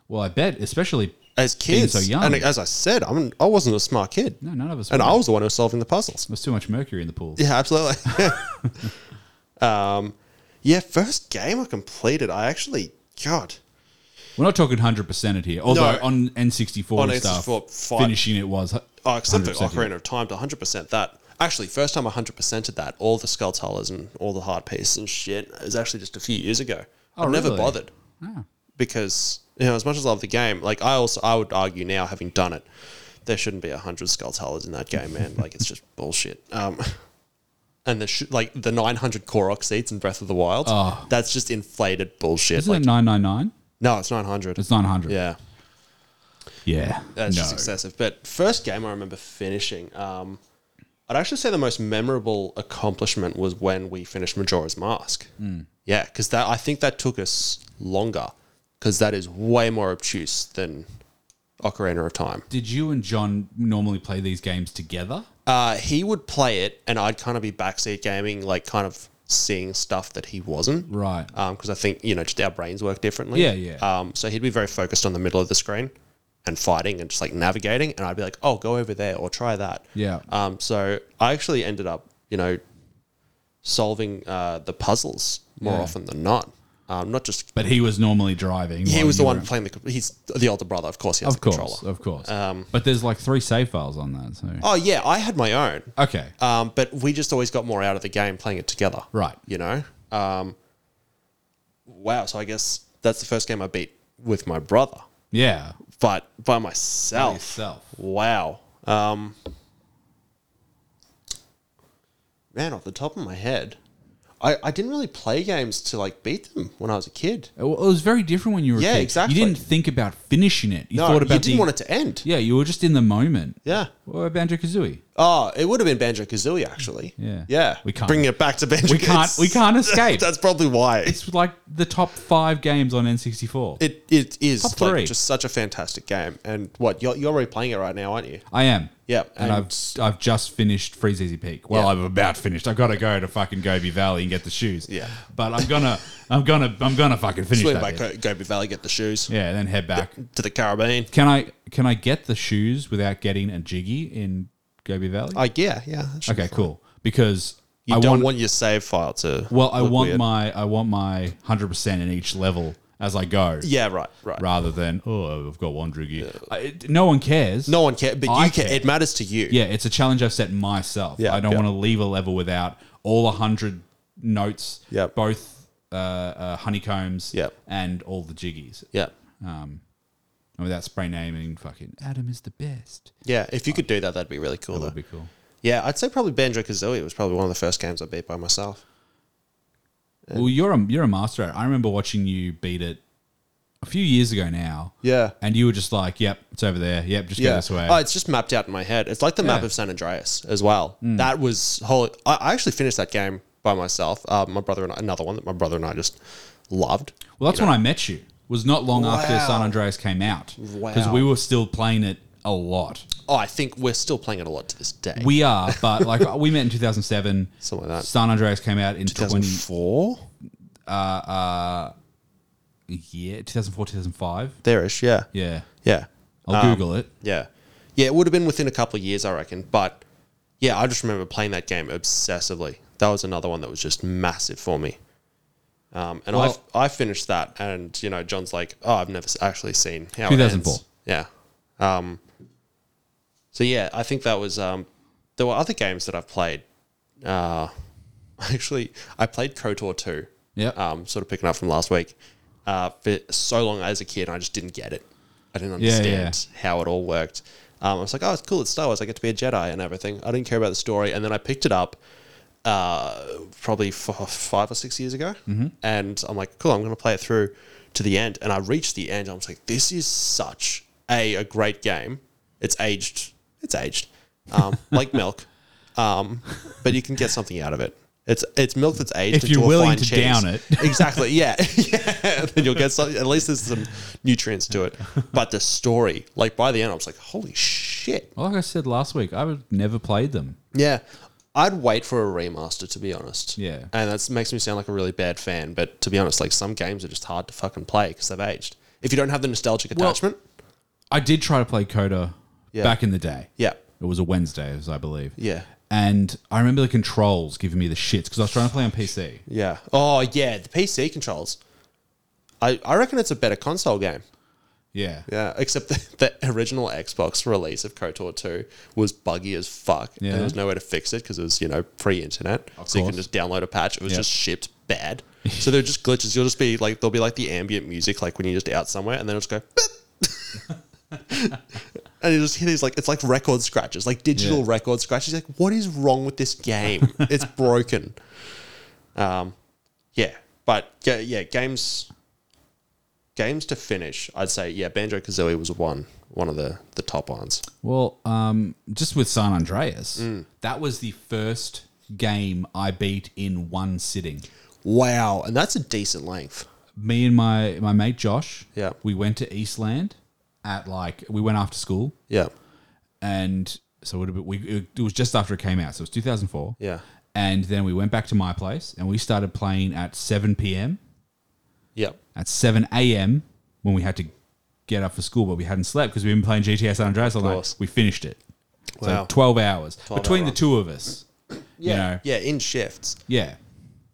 S1: well, I bet, especially
S2: as
S1: Being
S2: kids.
S1: so young.
S2: And as I said, I'm I wasn't a smart kid,
S1: no, none of us.
S2: and
S1: were.
S2: I was the one who was solving the puzzles.
S1: there was too much mercury in the pool.
S2: Yeah, absolutely. um, yeah, first game I completed. I actually, God,
S1: We're not talking hundred percent it here. Although on N64
S2: On
S1: and stuff,
S2: N64 five-
S1: finishing it was.
S2: oh, except for
S1: 100% it.
S2: Ocarina of Time to 100 percent that. Actually, first time I 100 percented that, all the skull tellers and all the heart pieces and shit. It was actually just a few years ago.
S1: Oh,
S2: I never
S1: really?
S2: bothered.
S1: Ah.
S2: because you know as much as I love the game, like I also I would argue now having done it, there shouldn't be a hundred skull tellers in that game, man. like it's just bullshit. Um, and the sh- like the 900 Korok seats in Breath of the Wild.
S1: Oh.
S2: That's just inflated bullshit.
S1: Isn't
S2: Like,
S1: it 999?
S2: no, it's 900.
S1: It's 900.
S2: yeah,
S1: Yeah.
S2: that's
S1: no.
S2: just excessive. But first game I remember finishing. Um, I'd actually say the most memorable accomplishment was when we finished Majora's Mask. Yeah, because that I think that took us longer because that is way more obtuse than Ocarina of Time.
S1: Did you and John normally play these games together?
S2: Uh, he would play it, and I'd kind of be backseat gaming, like kind of seeing stuff that he wasn't.
S1: Right.
S2: because I think you know just our brains work differently.
S1: Yeah, yeah.
S2: Um, so he'd be very focused on the middle of the screen and fighting and just like navigating, and I'd be like, "Oh, go over there or try that."
S1: Yeah.
S2: Um, so I actually ended up, you know, solving uh, the puzzles more
S1: Yeah.
S2: often than not. Um, not just
S1: But he was normally driving.
S2: he
S1: while
S2: was
S1: you
S2: the
S1: were-
S2: one playing the. He's the older brother, of course. He has
S1: Of
S2: the
S1: course,
S2: controller.
S1: of course.
S2: Um,
S1: but there's like three save files on that. So
S2: Oh yeah, I had my own.
S1: okay,
S2: Um, but we just always got more out of the game playing it together.
S1: Right.
S2: You know? Um, wow. So I guess that's the first game I beat with my brother,
S1: yeah,
S2: but by myself.
S1: Yourself.
S2: Wow. Um, man, off the top of my head, I, I didn't really play games to like beat them when I was a kid.
S1: It wa- it was very different when you were. a
S2: Yeah,
S1: kid.
S2: exactly.
S1: You didn't think about finishing it. You
S2: No,
S1: thought about
S2: you didn't
S1: the,
S2: want it to end.
S1: Yeah, you were just in the moment.
S2: Yeah.
S1: Or Banjo Kazooie.
S2: Oh, it would have been Banjo Kazooie actually.
S1: Yeah.
S2: Yeah.
S1: We can't-
S2: bringing it back to Banjo.
S1: We can't. We can't escape.
S2: That's probably why.
S1: it's like the top five games on N64.
S2: It it is
S1: Top
S2: like
S1: three.
S2: just such a fantastic game. And what you're you're replaying it right now, aren't you?
S1: I am.
S2: Yeah,
S1: And,
S2: and-
S1: I've I've just finished Freeze Easy Peak. Well,
S2: Yeah.
S1: I've about finished. I've got to go to fucking Gobi Valley and get the shoes.
S2: Yeah.
S1: But I'm gonna I'm gonna I'm gonna fucking finish
S2: Swing
S1: that.
S2: by
S1: bit.
S2: Go- Gobi Valley, get the shoes
S1: Yeah, and then head back.
S2: to the Caribbean.
S1: Can I can I get the shoes without getting a jiggy in Gobi Valley?
S2: Oh yeah, yeah. that should-
S1: okay, cool. Because
S2: You
S1: I
S2: don't
S1: want,
S2: want, your save file to.
S1: well, I
S2: look
S1: want
S2: weird.
S1: my I want my hundred percent in each level as I go,
S2: Yeah, right, right.
S1: rather than oh I've got one jiggy. I, it- no one cares.
S2: No one cares, but
S1: I
S2: you care.
S1: care.
S2: It matters to you.
S1: yeah, it's a challenge I've set myself.
S2: Yeah,
S1: I don't
S2: yeah.
S1: want to leave a level without all hundred notes,
S2: Yep.
S1: both uh, uh, honeycombs,
S2: Yep.
S1: and all the jiggies,
S2: yeah,
S1: and without spray naming fucking Adam is the best.
S2: yeah. If you could do that, that'd be really cool.
S1: That
S2: Though.
S1: would be cool.
S2: yeah, I'd say probably Banjo Kazooie was probably one of the first games I beat by myself.
S1: Well, you're a you're a master at. it. I remember watching you beat it a few years ago now.
S2: Yeah.
S1: and you were just like, "Yep, it's over there. Yep, just go
S2: Yeah.
S1: this way."
S2: Oh, it's just mapped out in my head. It's like the map
S1: Yeah. Mm.
S2: of San Andreas as well. That was whole. I, I actually finished that game by myself. Uh, my brother and I, another one that my brother and I just loved.
S1: well, that's when I met you. Was not long after San Andreas came out because
S2: Wow.
S1: we were still playing it a lot.
S2: Oh, I think we're still playing it a lot to this day.
S1: We are, but like we met in 2007.
S2: Something like that.
S1: San Andreas came out in 20
S2: 2004?
S1: yeah, 2004, 2005.
S2: There-ish, yeah.
S1: Yeah,
S2: Yeah.
S1: I'll
S2: Um,
S1: Google it.
S2: Yeah. Yeah, it would have been within a couple of years, I reckon. But yeah, I just remember playing that game obsessively. That was another one that was just massive for me. Um, and
S1: Well-
S2: I, I finished that, and you know, John's like, "Oh, I've never s- actually seen how it
S1: 2004.
S2: ends." Yeah. Um, so yeah, I think that was. Um, there were other games that I've played. Uh, actually, I played Kotor two.
S1: Yep.
S2: Um, sort of picking up from last week. Uh, for so long as a kid, I just didn't get it. I didn't
S1: Yeah, yeah.
S2: understand how it all worked. Um, I was like, oh, it's cool. It's Star Wars. I get to be a Jedi and everything. I didn't care about the story. And then I picked it up uh, probably f- five or six years ago.
S1: Mm-hmm.
S2: And I'm like, cool, I'm going to play it through to the end. And I reached the end. I was like, this is such a, a great game. It's aged. It's aged. Um, like milk. Um, but you can get something out of it. It's it's milk that's aged.
S1: If you're
S2: into a
S1: willing
S2: fine
S1: to
S2: cheese.
S1: down it.
S2: exactly. Yeah, yeah. Then you'll get some. At least there's some nutrients to it. But the story, like by the end, I was like, holy shit.
S1: Well, like I said last week, I've never played them.
S2: Yeah, I'd wait for a remaster to be honest.
S1: Yeah.
S2: and that makes me sound like a really bad fan. But to be honest, like some games are just hard to fucking play because they've aged. If you don't have the nostalgic attachment,
S1: I did try to play Coda
S2: Yeah.
S1: back in the day.
S2: yeah,
S1: It was a Wednesday, as I believe.
S2: yeah,
S1: And I remember the controls giving me the shits because I was trying to play on PC.
S2: yeah. Oh yeah, the PC controls. I, I reckon it's a better console game.
S1: Yeah.
S2: Yeah, except the, the original Xbox release of KOTOR 2 was buggy as fuck.
S1: Yeah.
S2: And there was no way to fix it because it was, you know, pre internet. So you
S1: course.
S2: can just download a patch. It was
S1: Yeah.
S2: just shipped bad. so they're just glitches. You'll just be like, there'll be like the ambient music, like when you're just out somewhere, and then it'll just go, "Beep." And he just hit these like it's like record scratches, like digital
S1: Yeah.
S2: record scratches. He's like, what is wrong with this game? it's broken. Um, yeah, but yeah, yeah, games, games to finish. I'd say yeah, Banjo Kazooie was one one of the the top ones.
S1: Well, um, just with San Andreas,
S2: Mm.
S1: that was the first game I beat in one sitting.
S2: Wow, and that's a decent length.
S1: Me and my my mate Josh,
S2: Yeah.
S1: we went to Eastland at like we went after school,
S2: Yeah,
S1: and so it, would've been- we, it, it was just after it came out, so it was 2004.
S2: yeah,
S1: and then we went back to my place and we started playing at 7 p.m.
S2: yeah.
S1: at 7 a.m. when we had to get up for school, but we hadn't slept because we've been playing GTA San Andreas all night.
S2: course.
S1: We finished it.
S2: Wow.
S1: So 12 hours
S2: 12
S1: between
S2: hour
S1: the
S2: run.
S1: two of us. You know,
S2: Yeah, in shifts.
S1: yeah.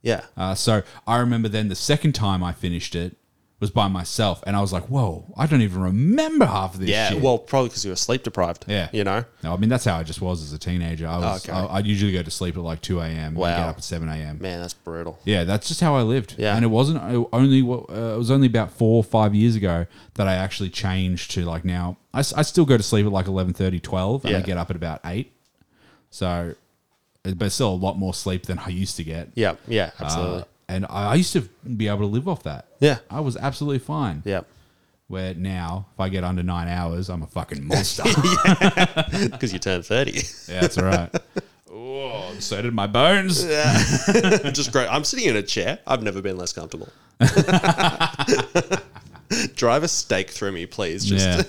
S2: Yeah,
S1: Uh, so I remember then the second time I finished it was by myself, and I was like, "Whoa, I don't even remember half of this."
S2: yeah.
S1: shit.
S2: Well, probably because you were sleep deprived.
S1: Yeah.
S2: you know.
S1: no, I mean that's how I just was as a teenager. I was,
S2: Okay.
S1: I, I'd usually go to sleep at like two a.m.
S2: Wow.
S1: and get up at seven a.m.
S2: Man, that's brutal.
S1: Yeah, that's just how I lived.
S2: Yeah.
S1: and it wasn't it only. Uh, it was only about four or five years ago that I actually changed to like now. I, s- I still go to sleep at like 11, 12, and I
S2: Yeah.
S1: get up at about eight. So, uh, but still a lot more sleep than I used to get.
S2: Yeah, yeah, absolutely.
S1: Uh, and I, I used to be able to live off that.
S2: Yeah.
S1: I was absolutely fine.
S2: yeah,
S1: Where now, if I get under nine hours, I'm a fucking monster.
S2: because you turned thirty.
S1: yeah, that's all right. Oh, so did my bones.
S2: just great. I'm sitting in a chair. I've never been less comfortable. Drive a stake through me, please. Just
S1: Yeah.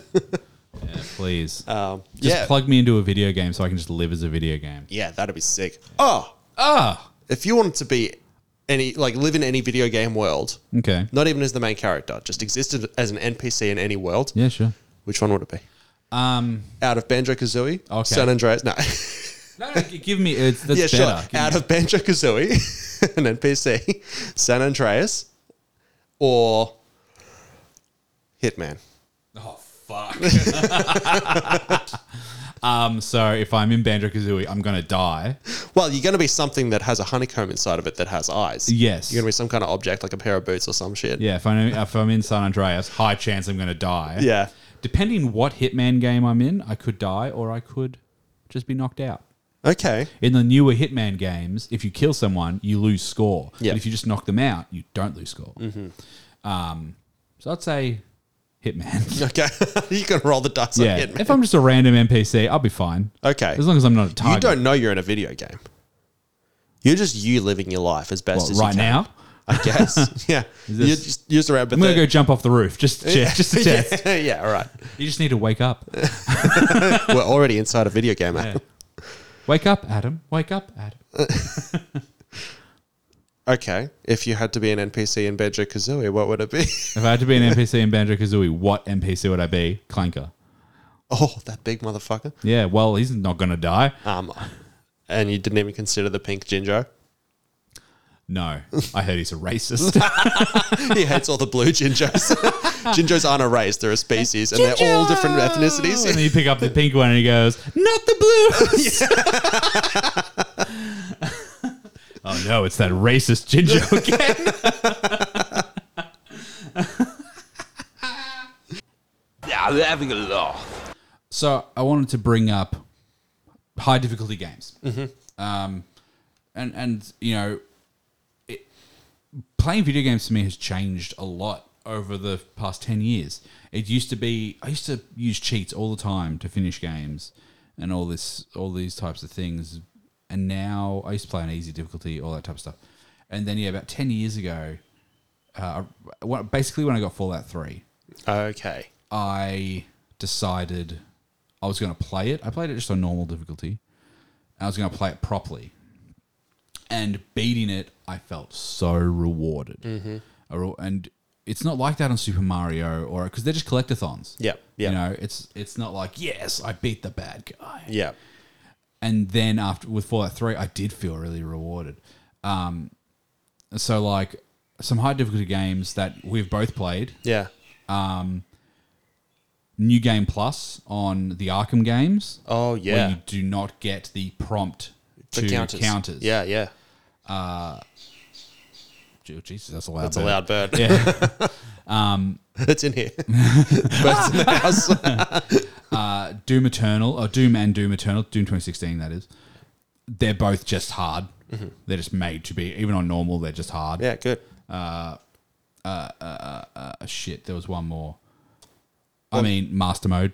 S1: yeah, please.
S2: um,
S1: just
S2: yeah,
S1: plug me into a video game so I can just live as a video game.
S2: yeah, that'd be sick. Oh,
S1: Ah,
S2: if you wanted to be any like live in any video game world,
S1: okay.
S2: not even as the main character, just existed as an NPC in any world,
S1: Yeah, sure.
S2: which one would it be?
S1: Um,
S2: Out of Banjo Kazooie,
S1: Okay.
S2: San Andreas. No,
S1: no, g- give me it's that's
S2: yeah, sure.
S1: better. Give
S2: Out
S1: me-
S2: of Banjo Kazooie, an NPC, San Andreas, or Hitman.
S1: oh fuck. um, so if I'm in Banjo Kazooie, I'm gonna die.
S2: Well, you're going to be something that has a honeycomb inside of it that has eyes.
S1: Yes.
S2: You're going to be some kind of object like a pair of boots or some shit.
S1: Yeah, if I'm if I'm in San Andreas, high chance I'm gonna die.
S2: Yeah.
S1: Depending what Hitman game I'm in, I could die or I could just be knocked out.
S2: Okay.
S1: In the newer Hitman games, if you kill someone, you lose score.
S2: Yeah. Mm-hmm.
S1: But if you just knock them out, you don't lose score. Um, so I'd say Hitman.
S2: Okay. you can roll the dice
S1: yeah.
S2: on Hitman.
S1: If I'm just a random NPC, I'll be fine.
S2: Okay.
S1: As long as I'm not a target.
S2: You don't know you're in a video game. You're just you living your life as best
S1: What,
S2: as
S1: right
S2: you can.
S1: now.
S2: I guess. yeah.
S1: this-
S2: You're just, you're just around. But
S1: I'm gonna go
S2: the-
S1: jump off the roof just to check, just to test.
S2: yeah, yeah, all right.
S1: You just need to wake up.
S2: We're already inside a video game, Adam.
S1: Wake up, Adam. Wake up, Adam.
S2: Okay. If you had to be an NPC in Banjo Kazooie, what would it be?
S1: If I had to be an NPC in Banjo Kazooie, what NPC would I be? Clanker.
S2: oh, that big motherfucker.
S1: Yeah, well, he's not gonna die.
S2: Um, and you didn't even consider the pink Jinjo.
S1: No, I heard he's a racist.
S2: he hates all the blue gingos. gingos aren't a race; they're a species, and they're all different
S1: And
S2: ethnicities.
S1: then you pick up the pink one and he goes, Not the blues. oh no, it's that racist ginger again.
S3: Yeah, they're having a laugh.
S1: so I wanted to bring up high difficulty games. Um, and, and, you know, it, playing video games to me has changed a lot over the past 10 years. It used to be, I used to use cheats all the time to finish games and all this, all these types of things. And now I used to play on easy difficulty, all that type of stuff. And then, yeah, about 10 years ago, uh, I- well, basically when I got Fallout 3,
S2: Okay.
S1: I decided I was going to play it. I played it just on normal difficulty. And I was going to play it properly. And beating it, I felt so rewarded.
S2: Mm-hmm.
S1: I re- And it's not like that on Super Mario or because they're just collectathons.
S2: Yeah, yeah.
S1: You know, it's it's not like yes, I beat the bad guy
S2: Yeah.
S1: and then after with Fallout Three, I did feel really rewarded. Um, so like some high difficulty games that we've both played,
S2: Yeah.
S1: New Game Plus on the Arkham games.
S2: Oh
S1: where
S2: yeah.
S1: you do not get the prompt
S2: The
S1: to counters.
S2: Yeah, yeah.
S1: Gee, oh, Jesus, that's a loud.
S2: It's a
S1: bird.
S2: loud bird.
S1: Yeah.
S2: It's in here. Birds in the house.
S1: uh, Doom Eternal, or Doom and Doom Eternal, Doom 2016, that is. They're both just hard. They're just made to be. Even on normal, they're just hard.
S2: Mm-hmm. Yeah, good.
S1: Uh, shit, there was one more. I mean, Master Mode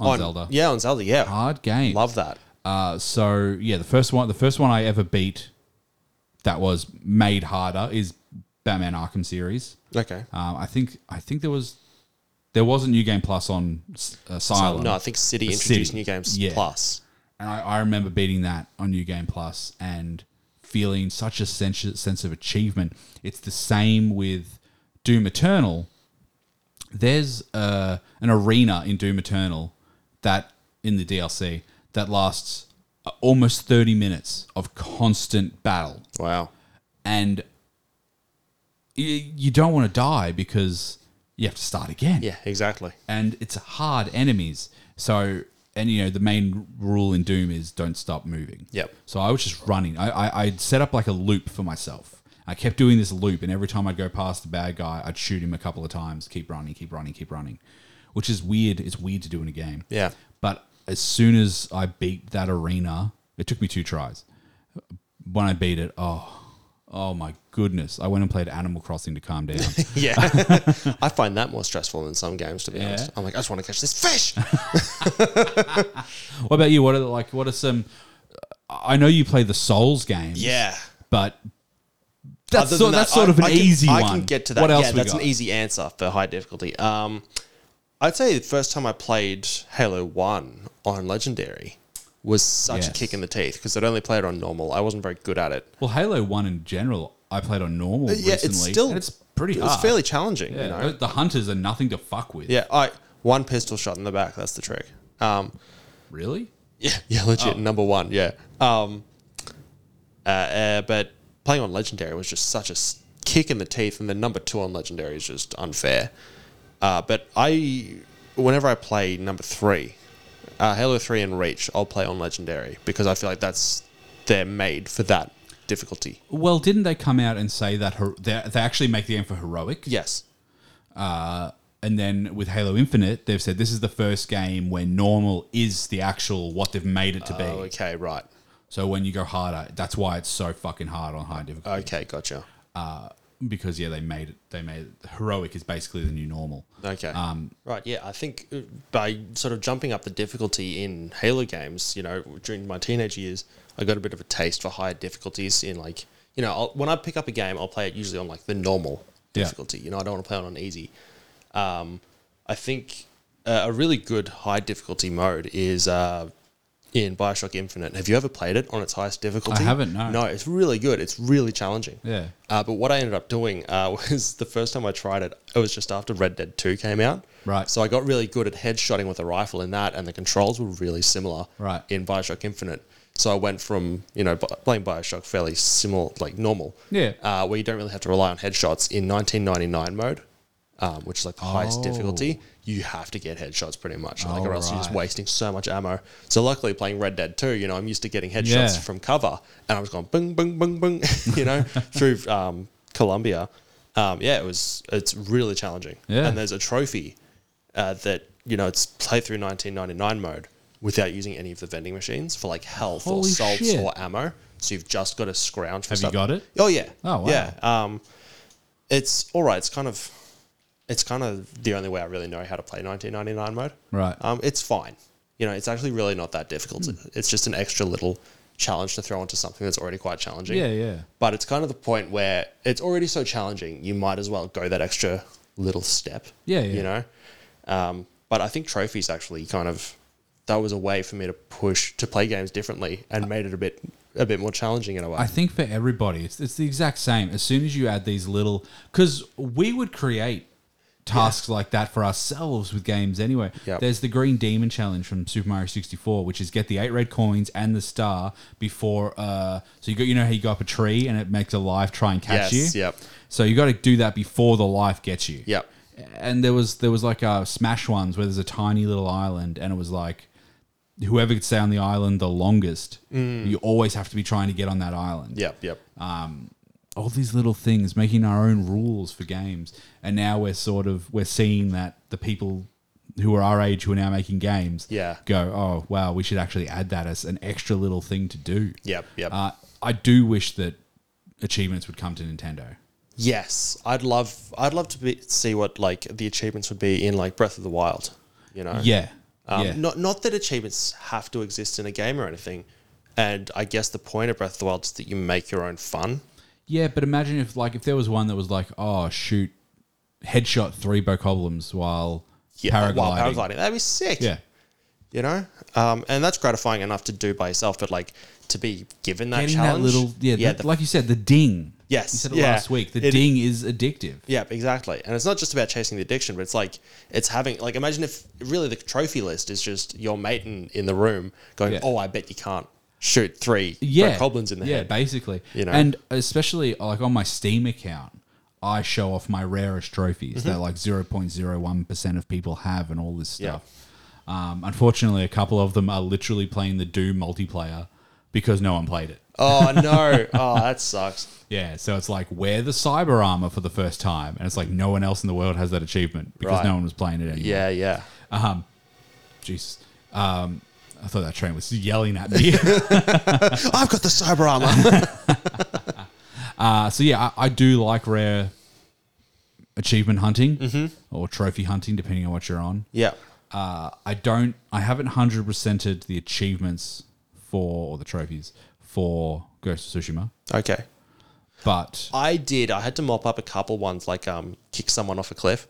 S1: on, Zelda. Ah.
S2: Yeah, on Zelda. Yeah,
S1: Hard game.
S2: love that.
S1: Uh, so yeah, the first one, the first one I ever beat that was made harder is Batman Arkham series.
S2: Okay.
S1: Um, I think I think there was there was a new game plus on S- uh, Asylum.
S2: No, I think City
S1: The
S2: introduced
S1: City.
S2: new games
S1: Yeah.
S2: plus.
S1: and I, I remember beating that on New Game Plus and feeling such a sense, sense of achievement. It's the same with Doom Eternal. There's uh, an arena in Doom Eternal that in the DLC that lasts uh, almost 30 minutes of constant battle
S2: Wow.
S1: and y- you don't want to die because you have to start again
S2: Yeah, exactly.
S1: and it's hard enemies. So, and you know, the main rule in Doom is don't stop moving.
S2: Yep.
S1: So I was just running. I, I I'd set up like a loop for myself. I kept doing this loop, and every time I'd go past the bad guy, I'd shoot him a couple of times. Keep running, keep running, keep running, which is weird. It's weird to do in a game.
S2: Yeah.
S1: But as soon as I beat that arena, it took me two tries. When I beat it, oh, oh my goodness! I went and played Animal Crossing to calm down.
S2: Yeah. I find that more stressful than some games, to be honest. I'm like, I just want to catch this fish.
S1: What about you? What are the- like? What are some? I know you play the Souls games.
S2: yeah.
S1: but that's
S2: Other
S1: sort,
S2: than that,
S1: that's sort of an
S2: I, I can,
S1: easy
S2: I
S1: one.
S2: can get to that.
S1: What else?
S2: yeah,
S1: we
S2: that's
S1: got?
S2: an easy answer for high difficulty. Um, I'd say the first time I played Halo 1 on Legendary was such a
S1: Yes.
S2: kick in the teeth because I'd only played it on normal. I wasn't very good at it.
S1: Well, Halo One in general, I played on normal
S2: yeah,
S1: recently.
S2: it's still
S1: and it's pretty
S2: It
S1: hard.
S2: was fairly challenging,
S1: Yeah,
S2: you know.
S1: the- The hunters are nothing to fuck with.
S2: Yeah, I one pistol shot in the back. That's the trick. Um,
S1: really.
S2: yeah, Oh. yeah, legit number one. Yeah. Um, uh, uh, but playing on legendary was just such a s- kick in the teeth, and the number two on legendary is just unfair. Uh, but I, whenever I play number three, uh, Halo three and Reach, I'll play on legendary because I feel like that's they're made for that difficulty.
S1: Well, didn't they come out and say that her- they they actually make the aim for heroic?
S2: Yes.
S1: And then with Halo Infinite, they've said this is the first game where normal is the actual what they've made it to be.
S2: Oh, okay, right.
S1: So when you go harder, that's why it's so fucking hard on high difficulty.
S2: Okay, gotcha.
S1: because yeah, they made it. They made it, heroic is basically the new normal.
S2: Okay.
S1: Um,
S2: right. Yeah, I think uh, by sort of jumping up the difficulty in Halo games, you know, during my teenage years, I got a bit of a taste for higher difficulties. In like, you know, I'll, when I pick up a game, I'll play it usually on like the normal
S1: Yeah.
S2: difficulty. You know, I don't want to play it on easy. Um, I think uh, a really good high difficulty mode is. Uh, in Bioshock Infinite, have you ever played it on its highest difficulty?
S1: haven't, no.
S2: No, it's really good. It's really challenging.
S1: Yeah.
S2: Uh, but what I ended up doing uh, was the first time I tried it, it was just after Red Dead 2 came out.
S1: Right.
S2: So I got really good at headshotting with a rifle in that, and the controls were really similar
S1: Right.
S2: in Bioshock Infinite. So I went from, you know, bi- playing Bioshock fairly similar, like normal,
S1: Yeah.
S2: uh, where you don't really have to rely on headshots in 1999 mode, um, which is like the highest
S1: Oh.
S2: difficulty. You have to get headshots pretty much, like, or else you're just
S1: Alright.
S2: wasting so much ammo. So luckily, playing Red Dead 2, you know, I'm used to getting headshots
S1: Yeah.
S2: from cover, and I was going bing, bing, bing, bing, you know, through um, Colombia. Um, yeah, it was. It's really challenging.
S1: Yeah.
S2: And there's a trophy uh, that you know it's play through 1999 mode without using any of the vending machines for like health or
S1: Holy
S2: salts
S1: shit.
S2: or ammo. So you've just got to scrounge. For
S1: Have you
S2: stuff.
S1: got it?
S2: Oh yeah.
S1: Oh, wow.
S2: Yeah. Um, it's all right. It's kind of, it's kind of the only way I really know how to play 1999 mode.
S1: Right. Hmm.
S2: Um, it's fine. You know, it's actually really not that difficult. It's just an extra little challenge to throw into something that's already quite challenging.
S1: Yeah, yeah.
S2: But it's kind of the point where it's already so challenging, you might as well go that extra little step.
S1: Yeah, yeah.
S2: You know? Um, but I think trophies actually kind of that was a way for me to push to play games differently and made it a bit a bit more challenging in a way.
S1: Uh, I think for everybody, it's, it's the exact same. As soon as you add these little, because we would create tasks like that for ourselves with games anyway.
S2: Yep.
S1: There's the Green Demon Challenge from Super Mario 64, which is get the eight red coins and the star before. Uh, so you got, you know how you go up a tree and it makes a life try and catch
S2: Yes,
S1: you.
S2: yep.
S1: So you got to do that before the life gets you.
S2: Yep.
S1: And there was there was like uh, Smash ones where there's a tiny little island and it was like whoever could stay on the island the longest,
S2: Mm.
S1: you always have to be trying to get on that island
S2: Yep, yep.
S1: Uh, all these little things, making our own rules for games, and now we're sort of we're seeing that the people who are our age who are now making games
S2: Yeah.
S1: go, oh, wow, we should actually add that as an extra little thing to do.
S2: Yep, yep.
S1: Uh, I do wish that achievements would come to Nintendo.
S2: yes, I'd love I'd love to be, see what like the achievements would be in like Breath of the Wild. You know.
S1: Yeah.
S2: Um,
S1: yeah.
S2: Not not that achievements have to exist in a game or anything. And I guess the point of Breath of the Wild is that you make your own fun.
S1: Yeah, but imagine if like if there was one that was like, oh shoot, headshot three bokoblins while paragliding.
S2: While paragliding. That'd be sick.
S1: Yeah,
S2: You know? Um, and that's gratifying enough to do by yourself, but like to be given that
S1: getting
S2: challenge.
S1: that little yeah,
S2: yeah,
S1: that-
S2: the-
S1: like you said, the ding.
S2: Yes,
S1: you said it
S2: yeah.
S1: last week. The
S2: It-
S1: ding is addictive.
S2: Yeah, exactly. And it's not just about chasing the addiction, but it's like it's having like imagine if really the trophy list is just your mate in, in the room going,
S1: Yeah.
S2: "Oh, I bet you can't shoot three
S1: Yeah,
S2: goblins in the
S1: yeah,
S2: head."
S1: basically.
S2: You know?
S1: and especially like on my Steam account, I show off my rarest trophies
S2: Mm-hmm.
S1: that like zero point zero one percent of people have, and all this
S2: Yeah.
S1: stuff. Um, unfortunately, a couple of them are literally playing the Doom multiplayer because no one played it.
S2: Oh no! Oh, that sucks.
S1: Yeah, so it's like wear the cyber armor for the first time, and it's like no one else in the world has that achievement because
S2: Right.
S1: no one was playing it anymore.
S2: Yeah, yeah.
S1: Jesus. Um, I thought that train was yelling at me.
S2: I've got the cyber armor.
S1: uh, so yeah, I, I do like rare achievement hunting
S2: Mm-hmm.
S1: or trophy hunting, depending on what you're on.
S2: yeah,
S1: Uh, I don't. I haven't hundred percented the achievements for or the trophies for Ghost of Tsushima,
S2: okay.
S1: but
S2: I did. I had to mop up a couple ones, like um, kick someone off a cliff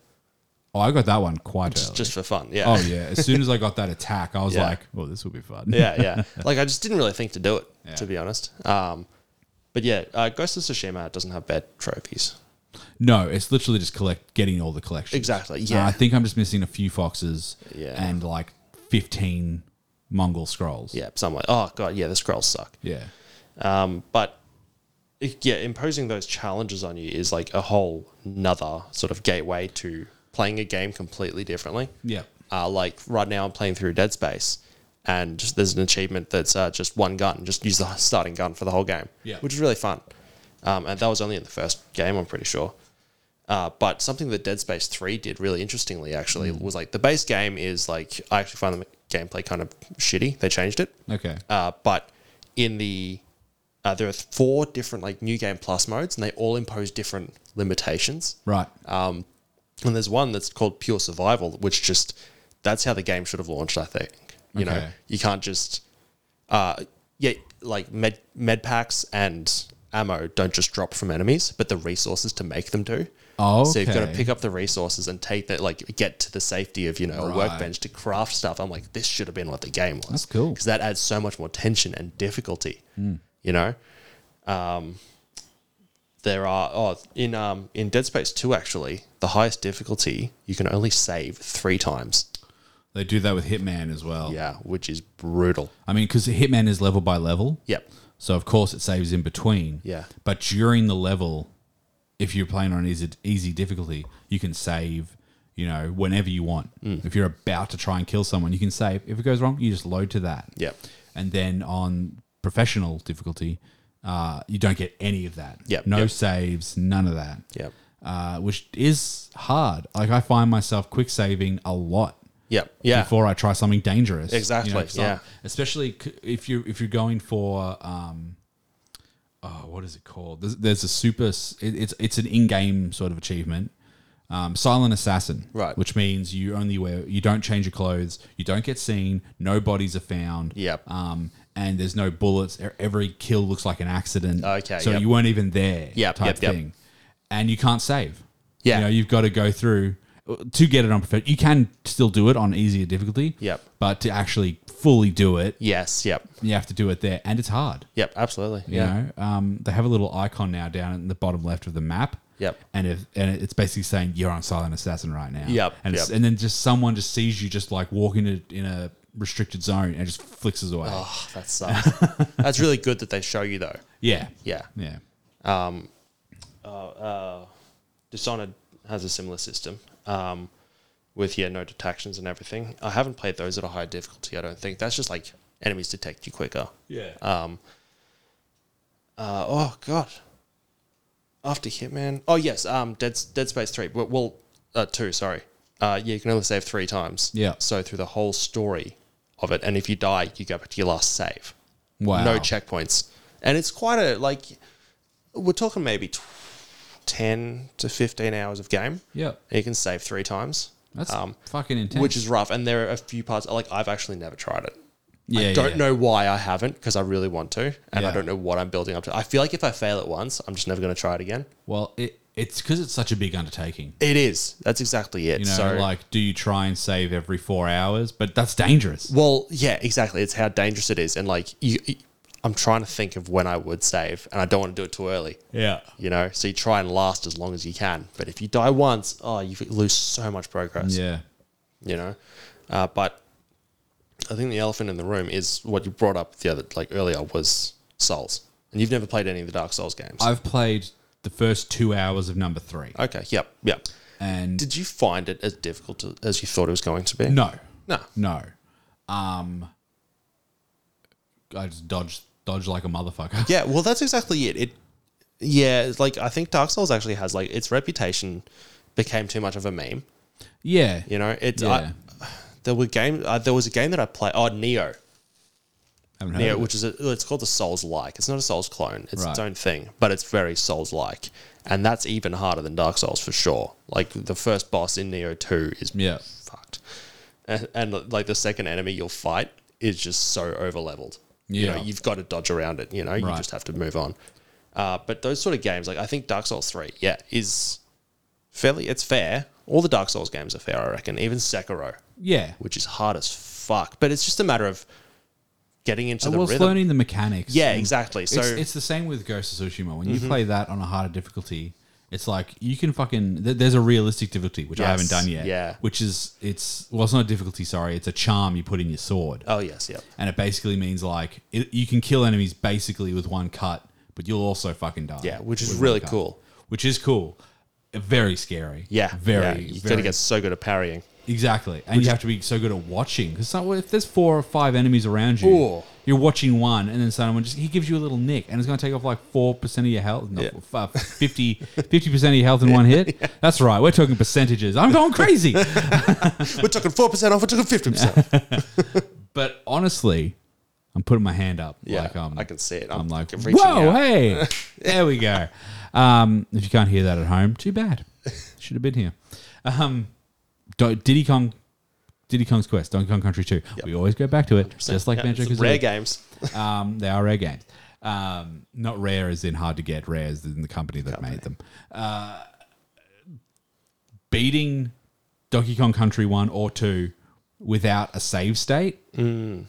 S1: oh, I got that one quite early.
S2: just for fun. Yeah,
S1: oh yeah, as soon as I got that attack, I was
S2: Yeah.
S1: like, "Oh, this will be fun."
S2: yeah, yeah. Like I just didn't really think to do it,
S1: Yeah.
S2: to be honest. Um, but yeah, uh, Ghost of Tsushima doesn't have bad trophies.
S1: No, it's literally just collect getting all the collections.
S2: Exactly,
S1: Uh,
S2: yeah.
S1: I think I'm just missing a few foxes
S2: Yeah.
S1: and like 15 Mongol scrolls.
S2: Yeah, so I'm like, oh god, yeah, the scrolls suck.
S1: Yeah.
S2: Um, but it- yeah, imposing those challenges on you is like a whole nother sort of gateway to playing a game completely differently.
S1: Yeah.
S2: Uh, like right now, I'm playing through Dead Space, and just- there's an achievement that's uh, just one gun, just use the starting gun for the whole game,
S1: Yeah.
S2: which is really fun. Um, and that was only in the first game, I'm pretty sure. Uh, but something that Dead Space 3 did really interestingly, actually, was like the base game is like, I actually find the gameplay kind of shitty. They changed it.
S1: Okay.
S2: Uh, but in the uh, there are four different like new game plus modes, and they all impose different limitations.
S1: Right.
S2: Um, and there's one that's called pure survival, which just that's how the game should have launched. I think you know
S1: Okay.
S2: you can't just uh, yeah like med med packs and ammo don't just drop from enemies, but the resources to make them do.
S1: Oh,
S2: So you've got to
S1: okay.
S2: pick up the resources and take that, like, get to the safety of, you know, a
S1: Right.
S2: workbench to craft stuff. I'm like, this should have been what the game was.
S1: That's cool. Mm.
S2: Because that adds so much more tension and difficulty, you know? Um, there are, oh, in, um, in Dead Space 2, actually, the highest difficulty, you can only save three times.
S1: they do that with Hitman as well.
S2: Yeah, which is brutal.
S1: I mean, because Hitman is level by level.
S2: Yep.
S1: So, of course, it saves in between.
S2: Yeah.
S1: But during the level, if you're playing on easy, easy difficulty, you can save, you know, whenever you want.
S2: Mm.
S1: If you're about to try and kill someone, you can save. If it goes wrong, you just load to that.
S2: Yep.
S1: And then on professional difficulty, uh, you don't get any of that.
S2: Yep,
S1: No
S2: yep.
S1: saves, none of that.
S2: Yep.
S1: Uh, which is hard. Like, I find myself quick saving a lot
S2: Yep. Yeah.
S1: before I try something dangerous.
S2: Exactly,
S1: 'cause I'm-
S2: yeah.
S1: especially c- if you if you're going for um, oh, what is it called? There's, there's a super. s- It, it's it's an in-game sort of achievement. Um, silent assassin,
S2: Right.
S1: Which means you only wear, you don't change your clothes, you don't get seen, no bodies are found.
S2: Yep.
S1: Um, and there's no bullets. e- Every kill looks like an accident.
S2: Okay,
S1: So
S2: yep.
S1: you weren't even there.
S2: Yep,
S1: Type
S2: yep, yep.
S1: thing. And you can't save.
S2: Yeah.
S1: You know, you've got to go through to get it on perfect. You can still do it on easier difficulty.
S2: Yep.
S1: But to actually fully do it,
S2: yes. Yep.
S1: you have to do it there, and it's hard.
S2: Yep. Absolutely.
S1: You know, um, they have a little icon now down in the bottom left of the map.
S2: Yep.
S1: And if and it's basically saying you're on Silent Assassin right now.
S2: Yep,
S1: And it's,
S2: yep.
S1: and then just someone just sees you just like walking in a, in a restricted zone and just flicks us away.
S2: Oh, that sucks. That's really good that they show you though.
S1: Yeah.
S2: Yeah.
S1: Yeah.
S2: Dishonored has a similar system um, with yeah no detections and everything. I haven't played those at a high difficulty. I don't think that's just like enemies detect you quicker.
S1: Yeah.
S2: Um, uh, oh god. After Hitman. Oh yes. Um. Dead Dead Space three. Well, well uh, two. Sorry. uh, yeah, you can only save three times.
S1: Yeah.
S2: So through the whole story of it, and if you die, you go back to your last save.
S1: Wow.
S2: No checkpoints, and it's quite a like. We're talking maybe tw- ten to fifteen hours of game.
S1: Yeah.
S2: And you can save three times.
S1: That's
S2: um,
S1: fucking intense.
S2: which is rough. And there are a few parts like I've actually never tried it.
S1: yeah,
S2: I
S1: yeah,
S2: don't
S1: yeah.
S2: know why I haven't because I really want to, and I
S1: Yeah.
S2: don't know what I'm building up to. I feel like if I fail it once, I'm just never going to try it again.
S1: Well, it, it's because it's such a big undertaking.
S2: It is. That's exactly it.
S1: You know,
S2: so
S1: like, do you try and save every four hours? But that's dangerous.
S2: Well, yeah, exactly. It's how dangerous it is, and like you, you- I'm trying to think of when I would save, and I don't want to do it too early.
S1: Yeah.
S2: You know, so you try and last as long as you can. But if you die once, oh, you lose so much progress.
S1: Yeah.
S2: You know, uh, but I think the elephant in the room is what you brought up the other, like earlier, was Souls, and you've never played any of the Dark Souls games.
S1: I've played the first two hours of number three,
S2: okay. Yep. Yep.
S1: and
S2: Did you find it as difficult to, as you thought it was going to be?
S1: no,
S2: No.
S1: no, um, I just dodged, dodged like a motherfucker.
S2: Yeah, well, that's exactly it. It, yeah, it's like I think Dark Souls actually has like its reputation became too much of a meme.
S1: Yeah,
S2: You know, it's
S1: yeah.
S2: I, there were game uh, there was a game that I played. Oh, Neo,
S1: haven't heard
S2: Neo,
S1: of it.
S2: which is a, it's called the Souls like. It's not a Souls clone. It's its
S1: Right.
S2: own thing, but it's very Souls like, and that's even harder than Dark Souls for sure. Like the first boss in Neo Two is
S1: Yeah.
S2: fucked, and, and like the second enemy you'll fight is just so over leveled. You know,
S1: Yeah.
S2: you've got to dodge around it. You know, you
S1: Right.
S2: just have to move on. Uh, but those sort of games, like I think Dark Souls Three, yeah, is fairly it's fair. All the Dark Souls games are fair, I reckon. Even Sekiro,
S1: yeah.
S2: which is hard as fuck, but it's just a matter of getting into the
S1: well, it's
S2: rhythm.
S1: learning the mechanics.
S2: Yeah,
S1: and
S2: exactly. So Mm-hmm.
S1: it's, it's the same with Ghost of Tsushima. When you play that on a harder difficulty, it's like you can fucking. Th- there's a realistic difficulty which I haven't
S2: Yes,
S1: done yet.
S2: yeah.
S1: which is it's well, it's not a difficulty. Sorry, it's a charm you put in your sword,
S2: oh yes, yeah,
S1: and it basically means like it, you can kill enemies basically with one cut, but you'll also fucking die.
S2: yeah, which is
S1: with one
S2: really
S1: cut.
S2: cool.
S1: Which is cool. Very scary.
S2: Yeah, yeah.
S1: Very.
S2: You've got
S1: very
S2: to get so good at parrying.
S1: Exactly, and you have to be so good at watching because if there's four or five enemies around you,
S2: Ooh.
S1: you're watching one, and then someone just he gives you a little nick, and it's going to take off like four percent of your health, not
S2: Yeah.
S1: four, uh, 50 percent of your health in one hit. That's right, we're talking percentages. I'm going crazy,
S2: We're talking four percent off. We're talking fifty percent.
S1: but honestly, I'm putting my hand up.
S2: Yeah,
S1: like, um,
S2: I can see it. I'm,
S1: I'm, like,
S2: fucking reaching
S1: whoa,
S2: out."
S1: hey, there we go. Um, if you can't hear that at home, too bad. Should have been here. Um, Do- Diddy Kong, Diddy Kong's Quest, Donkey Kong Country Two. We always go back to it, just like
S2: Yeah,
S1: Banjo
S2: it's rare
S1: Kazooie.
S2: games.
S1: Um, they are rare games. Um, not rare as in hard to get, rare as in the company that made them. Uh, beating Donkey Kong Country One or Two without a save state,
S2: Mm.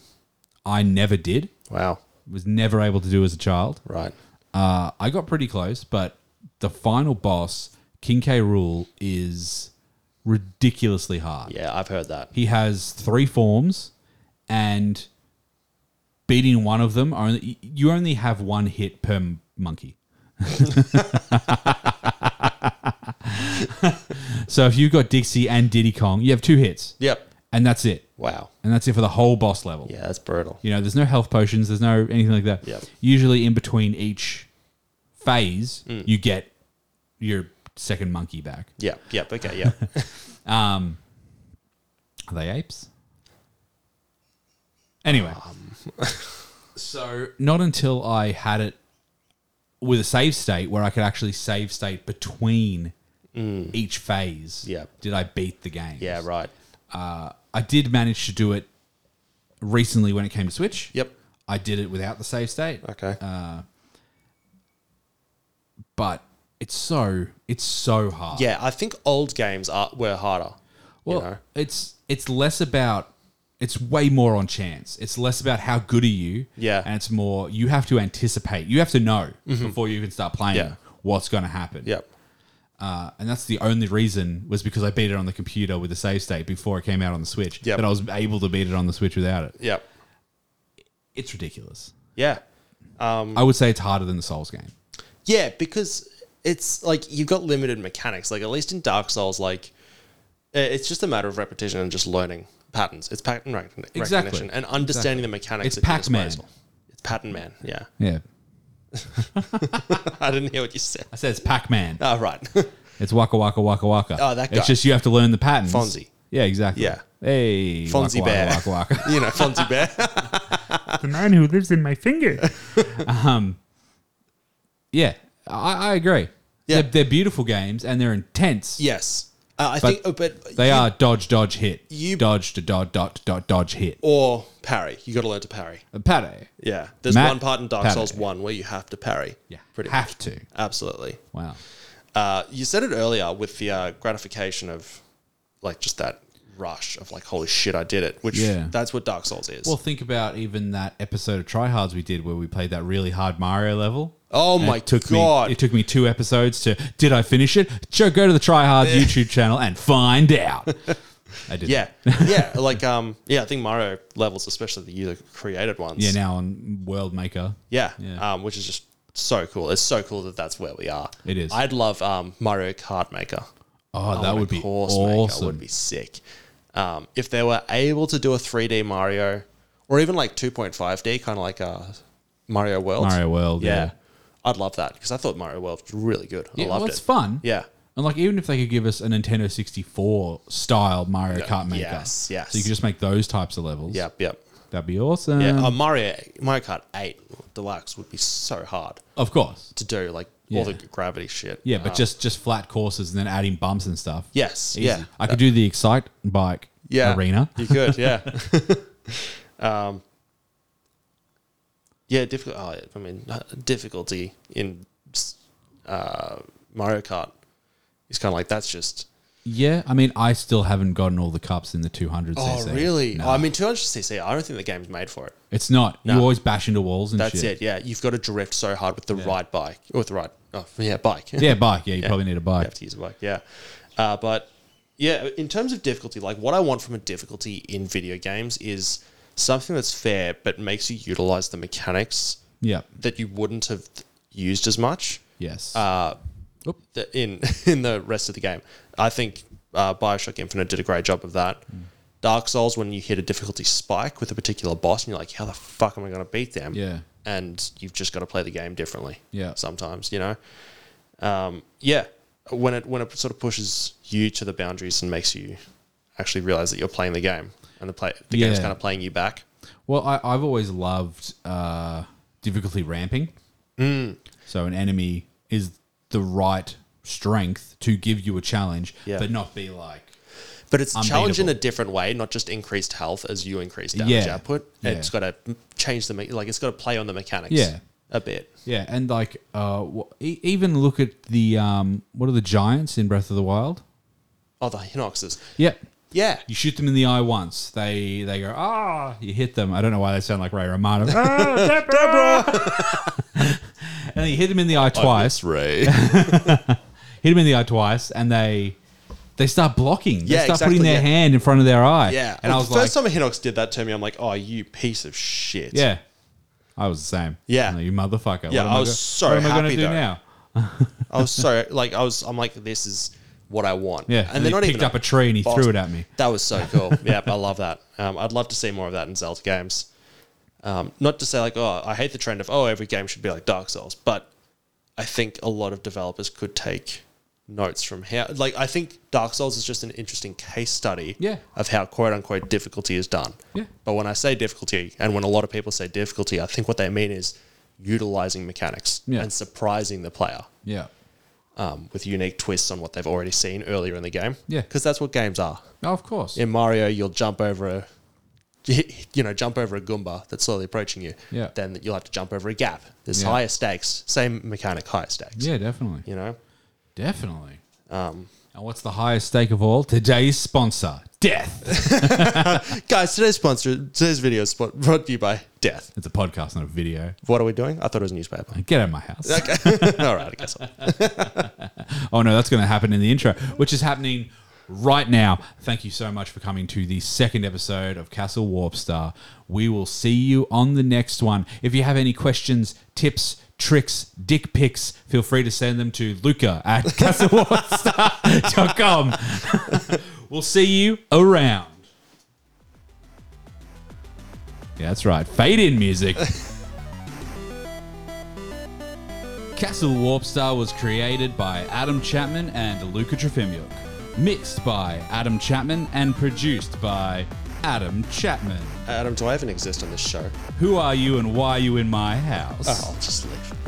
S1: I never did.
S2: Wow.
S1: Was never able to do as a child.
S2: Right.
S1: Uh, I got pretty close, but the final boss, King K. Rule, is ridiculously hard.
S2: Yeah, I've heard that.
S1: He has three forms, and beating one of them only you only have one hit per m- monkey. so if you've got Dixie and Diddy Kong, you have two hits,
S2: Yep.
S1: and that's it,
S2: Wow.
S1: and that's it for the whole boss level.
S2: Yeah, that's brutal.
S1: You know, there's no health potions, there's no anything like that.
S2: Yep.
S1: Usually in between each phase,
S2: Mm.
S1: you get your second monkey back.
S2: Yep. Yep. Okay. Yep.
S1: Are they apes? Anyway.
S2: Um.
S1: so not until I had it with a save state where I could actually save state between each phase
S2: Mm. Yep.
S1: did I beat the game.
S2: yeah. Right.
S1: I did manage to do it recently when it came to Switch.
S2: Yep.
S1: I did it without the save state.
S2: Okay.
S1: Uh, but it's so it's so hard.
S2: yeah, I think old games are were harder.
S1: well,
S2: know.
S1: it's it's less about it's way more on chance. It's less about how good are you.
S2: Yeah. Mm-hmm.
S1: and it's more you have to anticipate. You have to know before you even start playing
S2: Yeah.
S1: what's going to happen.
S2: Yep.
S1: Uh, and that's the only reason was because I beat it on the computer with the save state before it came out on the Switch.
S2: Yep.
S1: But I was able to beat it on the Switch without it.
S2: Yep.
S1: It's ridiculous.
S2: Yeah.
S1: I would say it's harder than the Souls game.
S2: Yeah, because it's like you've got limited mechanics. Like at least in Dark Souls, like i- it's just a matter of repetition and just learning patterns. It's pattern rec-
S1: Exactly.
S2: recognition and understanding the mechanics.
S1: It's
S2: at your
S1: Pac-Man.
S2: disposal. It's Pac Man. Yeah,
S1: Yeah,
S2: I didn't hear what you said.
S1: I said it's Pac Man.
S2: Oh, right.
S1: It's waka waka waka waka.
S2: Oh, that
S1: It's
S2: guy.
S1: just you have to learn the patterns.
S2: Fonzie.
S1: Yeah, exactly.
S2: Yeah.
S1: Hey,
S2: Fonzie
S1: waka,
S2: Bear.
S1: Waka, waka, waka.
S2: you know, Fonzie Bear.
S1: the man who lives in my finger. um, yeah, I, I agree.
S2: Yeah.
S1: They're, they're beautiful games and they're intense.
S2: yes. Uh, I think, oh, but
S1: They are dodge, dodge, hit.
S2: you-
S1: dodge to dodge, dot, dot, dodge, hit. Uh,
S2: or parry. You got to learn to parry.
S1: Pate.
S2: Yeah, there's
S1: Matt
S2: one part in Dark
S1: parry.
S2: Souls One where you have to parry.
S1: Yeah.
S2: pretty
S1: have
S2: much.
S1: to.
S2: Absolutely.
S1: Wow.
S2: Uh, you said it earlier with the uh, gratification of, like, just that rush of like, holy shit, I did it. Which
S1: Yeah.
S2: that's what Dark Souls is.
S1: Well, think about even that episode of Try Hards we did where we played that really hard Mario level.
S2: oh
S1: And
S2: my
S1: it took
S2: god!
S1: Me, it took me two episodes to. Did I finish it? Sure, go to the Try Hards YouTube channel and find out. I did.
S2: yeah, yeah. Like, um, yeah. I think Mario levels, especially the user created ones.
S1: Yeah. Now on World Maker.
S2: Yeah.
S1: Yeah.
S2: Um, which is just so cool. It's so cool that that's where we are.
S1: It is.
S2: I'd love um, Mario Kart Maker.
S1: Oh, that
S2: Mario
S1: would be
S2: Course
S1: awesome.
S2: Maker would be sick. Um, if they were able to do a 3D Mario or even like 2.5D, kind of like uh, Mario World.
S1: Mario World. Yeah.
S2: Yeah. I'd love that because I thought Mario World was really good. I
S1: Yeah,
S2: loved
S1: well, it's
S2: it.
S1: fun.
S2: Yeah.
S1: And like, even if they could give us a Nintendo 64 style Mario Kart Maker,
S2: yes, yes.
S1: So you could just make those types of levels.
S2: Yep. Yep.
S1: That'd be awesome.
S2: Yeah. uh, Mario Mario Kart 8 Deluxe would be so hard
S1: Of course.
S2: to do, like
S1: Yeah.
S2: all the gravity shit.
S1: Yeah, but
S2: Uh,
S1: just just flat courses and then adding bumps and stuff.
S2: Yes.
S1: Easy.
S2: Yeah.
S1: I could do the excite bike
S2: yeah.
S1: arena.
S2: You could, yeah. um, yeah, difficult. Oh, I mean, difficulty in uh, Mario Kart is kind of like that's just.
S1: Yeah, I mean, I still haven't gotten all the cups in the 200
S2: Oh,
S1: cc.
S2: really? Oh, I mean, 200cc. I don't think the game's made for it.
S1: It's not. You
S2: No.
S1: always bash into walls and
S2: That's
S1: shit.
S2: it. Yeah, you've got to drift so hard with the right bike or with the right. Oh, yeah, bike.
S1: Yeah, bike. Yeah, you probably need a
S2: You
S1: bike.
S2: have to use a bike. Yeah, uh, but yeah, in terms of difficulty, like what I want from a difficulty in video games is something that's fair but makes you utilize the mechanics
S1: Yeah.
S2: that you wouldn't have used as much
S1: Yes.
S2: uh,
S1: Oop.
S2: the- in in the rest of the game. I think uh, Bioshock Infinite did a great job of that. Dark Souls, when you hit a difficulty spike with a particular boss, and you're like, "How the fuck am I going to beat them?"
S1: Yeah.
S2: and you've just got to play the game differently.
S1: Yeah.
S2: sometimes you know. Um, yeah, when it when it sort of pushes you to the boundaries and makes you actually realize that you're playing the game, and the play the game's
S1: Yeah.
S2: kind of playing you back.
S1: Well, I, I've always loved uh, difficulty ramping. So an enemy is the right strength to give you a challenge,
S2: Yeah.
S1: but not be like.
S2: But it's challenged in a
S1: Unbeatable.
S2: different way, not just increased health as you increase damage
S1: Yeah.
S2: output.
S1: Yeah.
S2: It's got to change the me- like it's got to play on the mechanics.
S1: Yeah.
S2: a bit.
S1: Yeah, and like uh, wh- e- even look at the um, what are the giants in Breath of the Wild?
S2: Oh, the Hinoxes.
S1: Yep.
S2: Yeah,
S1: You shoot them in the eye once. They they go ah. You hit them. I don't know why they sound like Ray Romano. ah, Deborah. and then you hit them in the eye twice.
S2: Ray.
S1: Hit them in the eye twice, and they they start blocking. They
S2: Yeah,
S1: start
S2: exactly,
S1: putting their
S2: yeah.
S1: hand in front of their eye.
S2: yeah,
S1: And I was
S2: the
S1: like,
S2: first time a Hinox did that to me, I'm like, oh, you piece of shit.
S1: yeah. I was the same.
S2: Yeah.
S1: I'm like, you motherfucker.
S2: Yeah,
S1: What am
S2: I
S1: go-
S2: was so
S1: What am I gonna
S2: happy
S1: do
S2: though.
S1: now?
S2: I was so like, I was, I'm like, this is what I want.
S1: Yeah.
S2: and,
S1: he
S2: they're not
S1: picked
S2: even
S1: up a tree and he
S2: boss.
S1: threw it at me.
S2: That was so cool. yeah, I love that. Um, I'd love to see more of that in Zelda games. Um, not to say like, oh, I hate the trend of oh, every game should be like Dark Souls, but I think a lot of developers could take notes from how. Like, I think Dark Souls is just an interesting case study
S1: Yeah.
S2: of how quote unquote difficulty is done.
S1: Yeah.
S2: But when I say difficulty, and when a lot of people say difficulty, I think what they mean is utilizing mechanics
S1: Yeah.
S2: and surprising the player
S1: Yeah.
S2: um, with unique twists on what they've already seen earlier in the game.
S1: Yeah.
S2: because that's what games are
S1: Oh, of course.
S2: in Mario, you'll jump over a, you know, jump over a Goomba that's slowly approaching you.
S1: Yeah.
S2: Then you'll have to jump over a gap. There's
S1: Yeah.
S2: higher stakes, same mechanic, higher stakes.
S1: Yeah, definitely.
S2: You know,
S1: Definitely.
S2: Um,
S1: and what's the highest stake of all? Today's sponsor, death.
S2: guys, today's sponsor, today's video is spot- brought to you by Death.
S1: it's a podcast, not a video.
S2: What are we doing? I thought it was a newspaper.
S1: Get out of my house.
S2: All right, I guess. I'll-
S1: Oh no, that's going to happen in the intro, which is happening right now. Thank you so much for coming to the second episode of Castle Warp Star. We will see you on the next one. If you have any questions, tips, tricks, dick pics, feel free to send them to luca at castlewarpstar.com. we'll see you around. Yeah, that's right. Fade in music. Castle Warpstar was created by Adam Chapman and Luca Trofimuk, mixed by Adam Chapman and produced by Adam Chapman.
S2: Adam, do I even exist on this show?
S1: Who are you and why are you in my house?
S2: I'll just leave.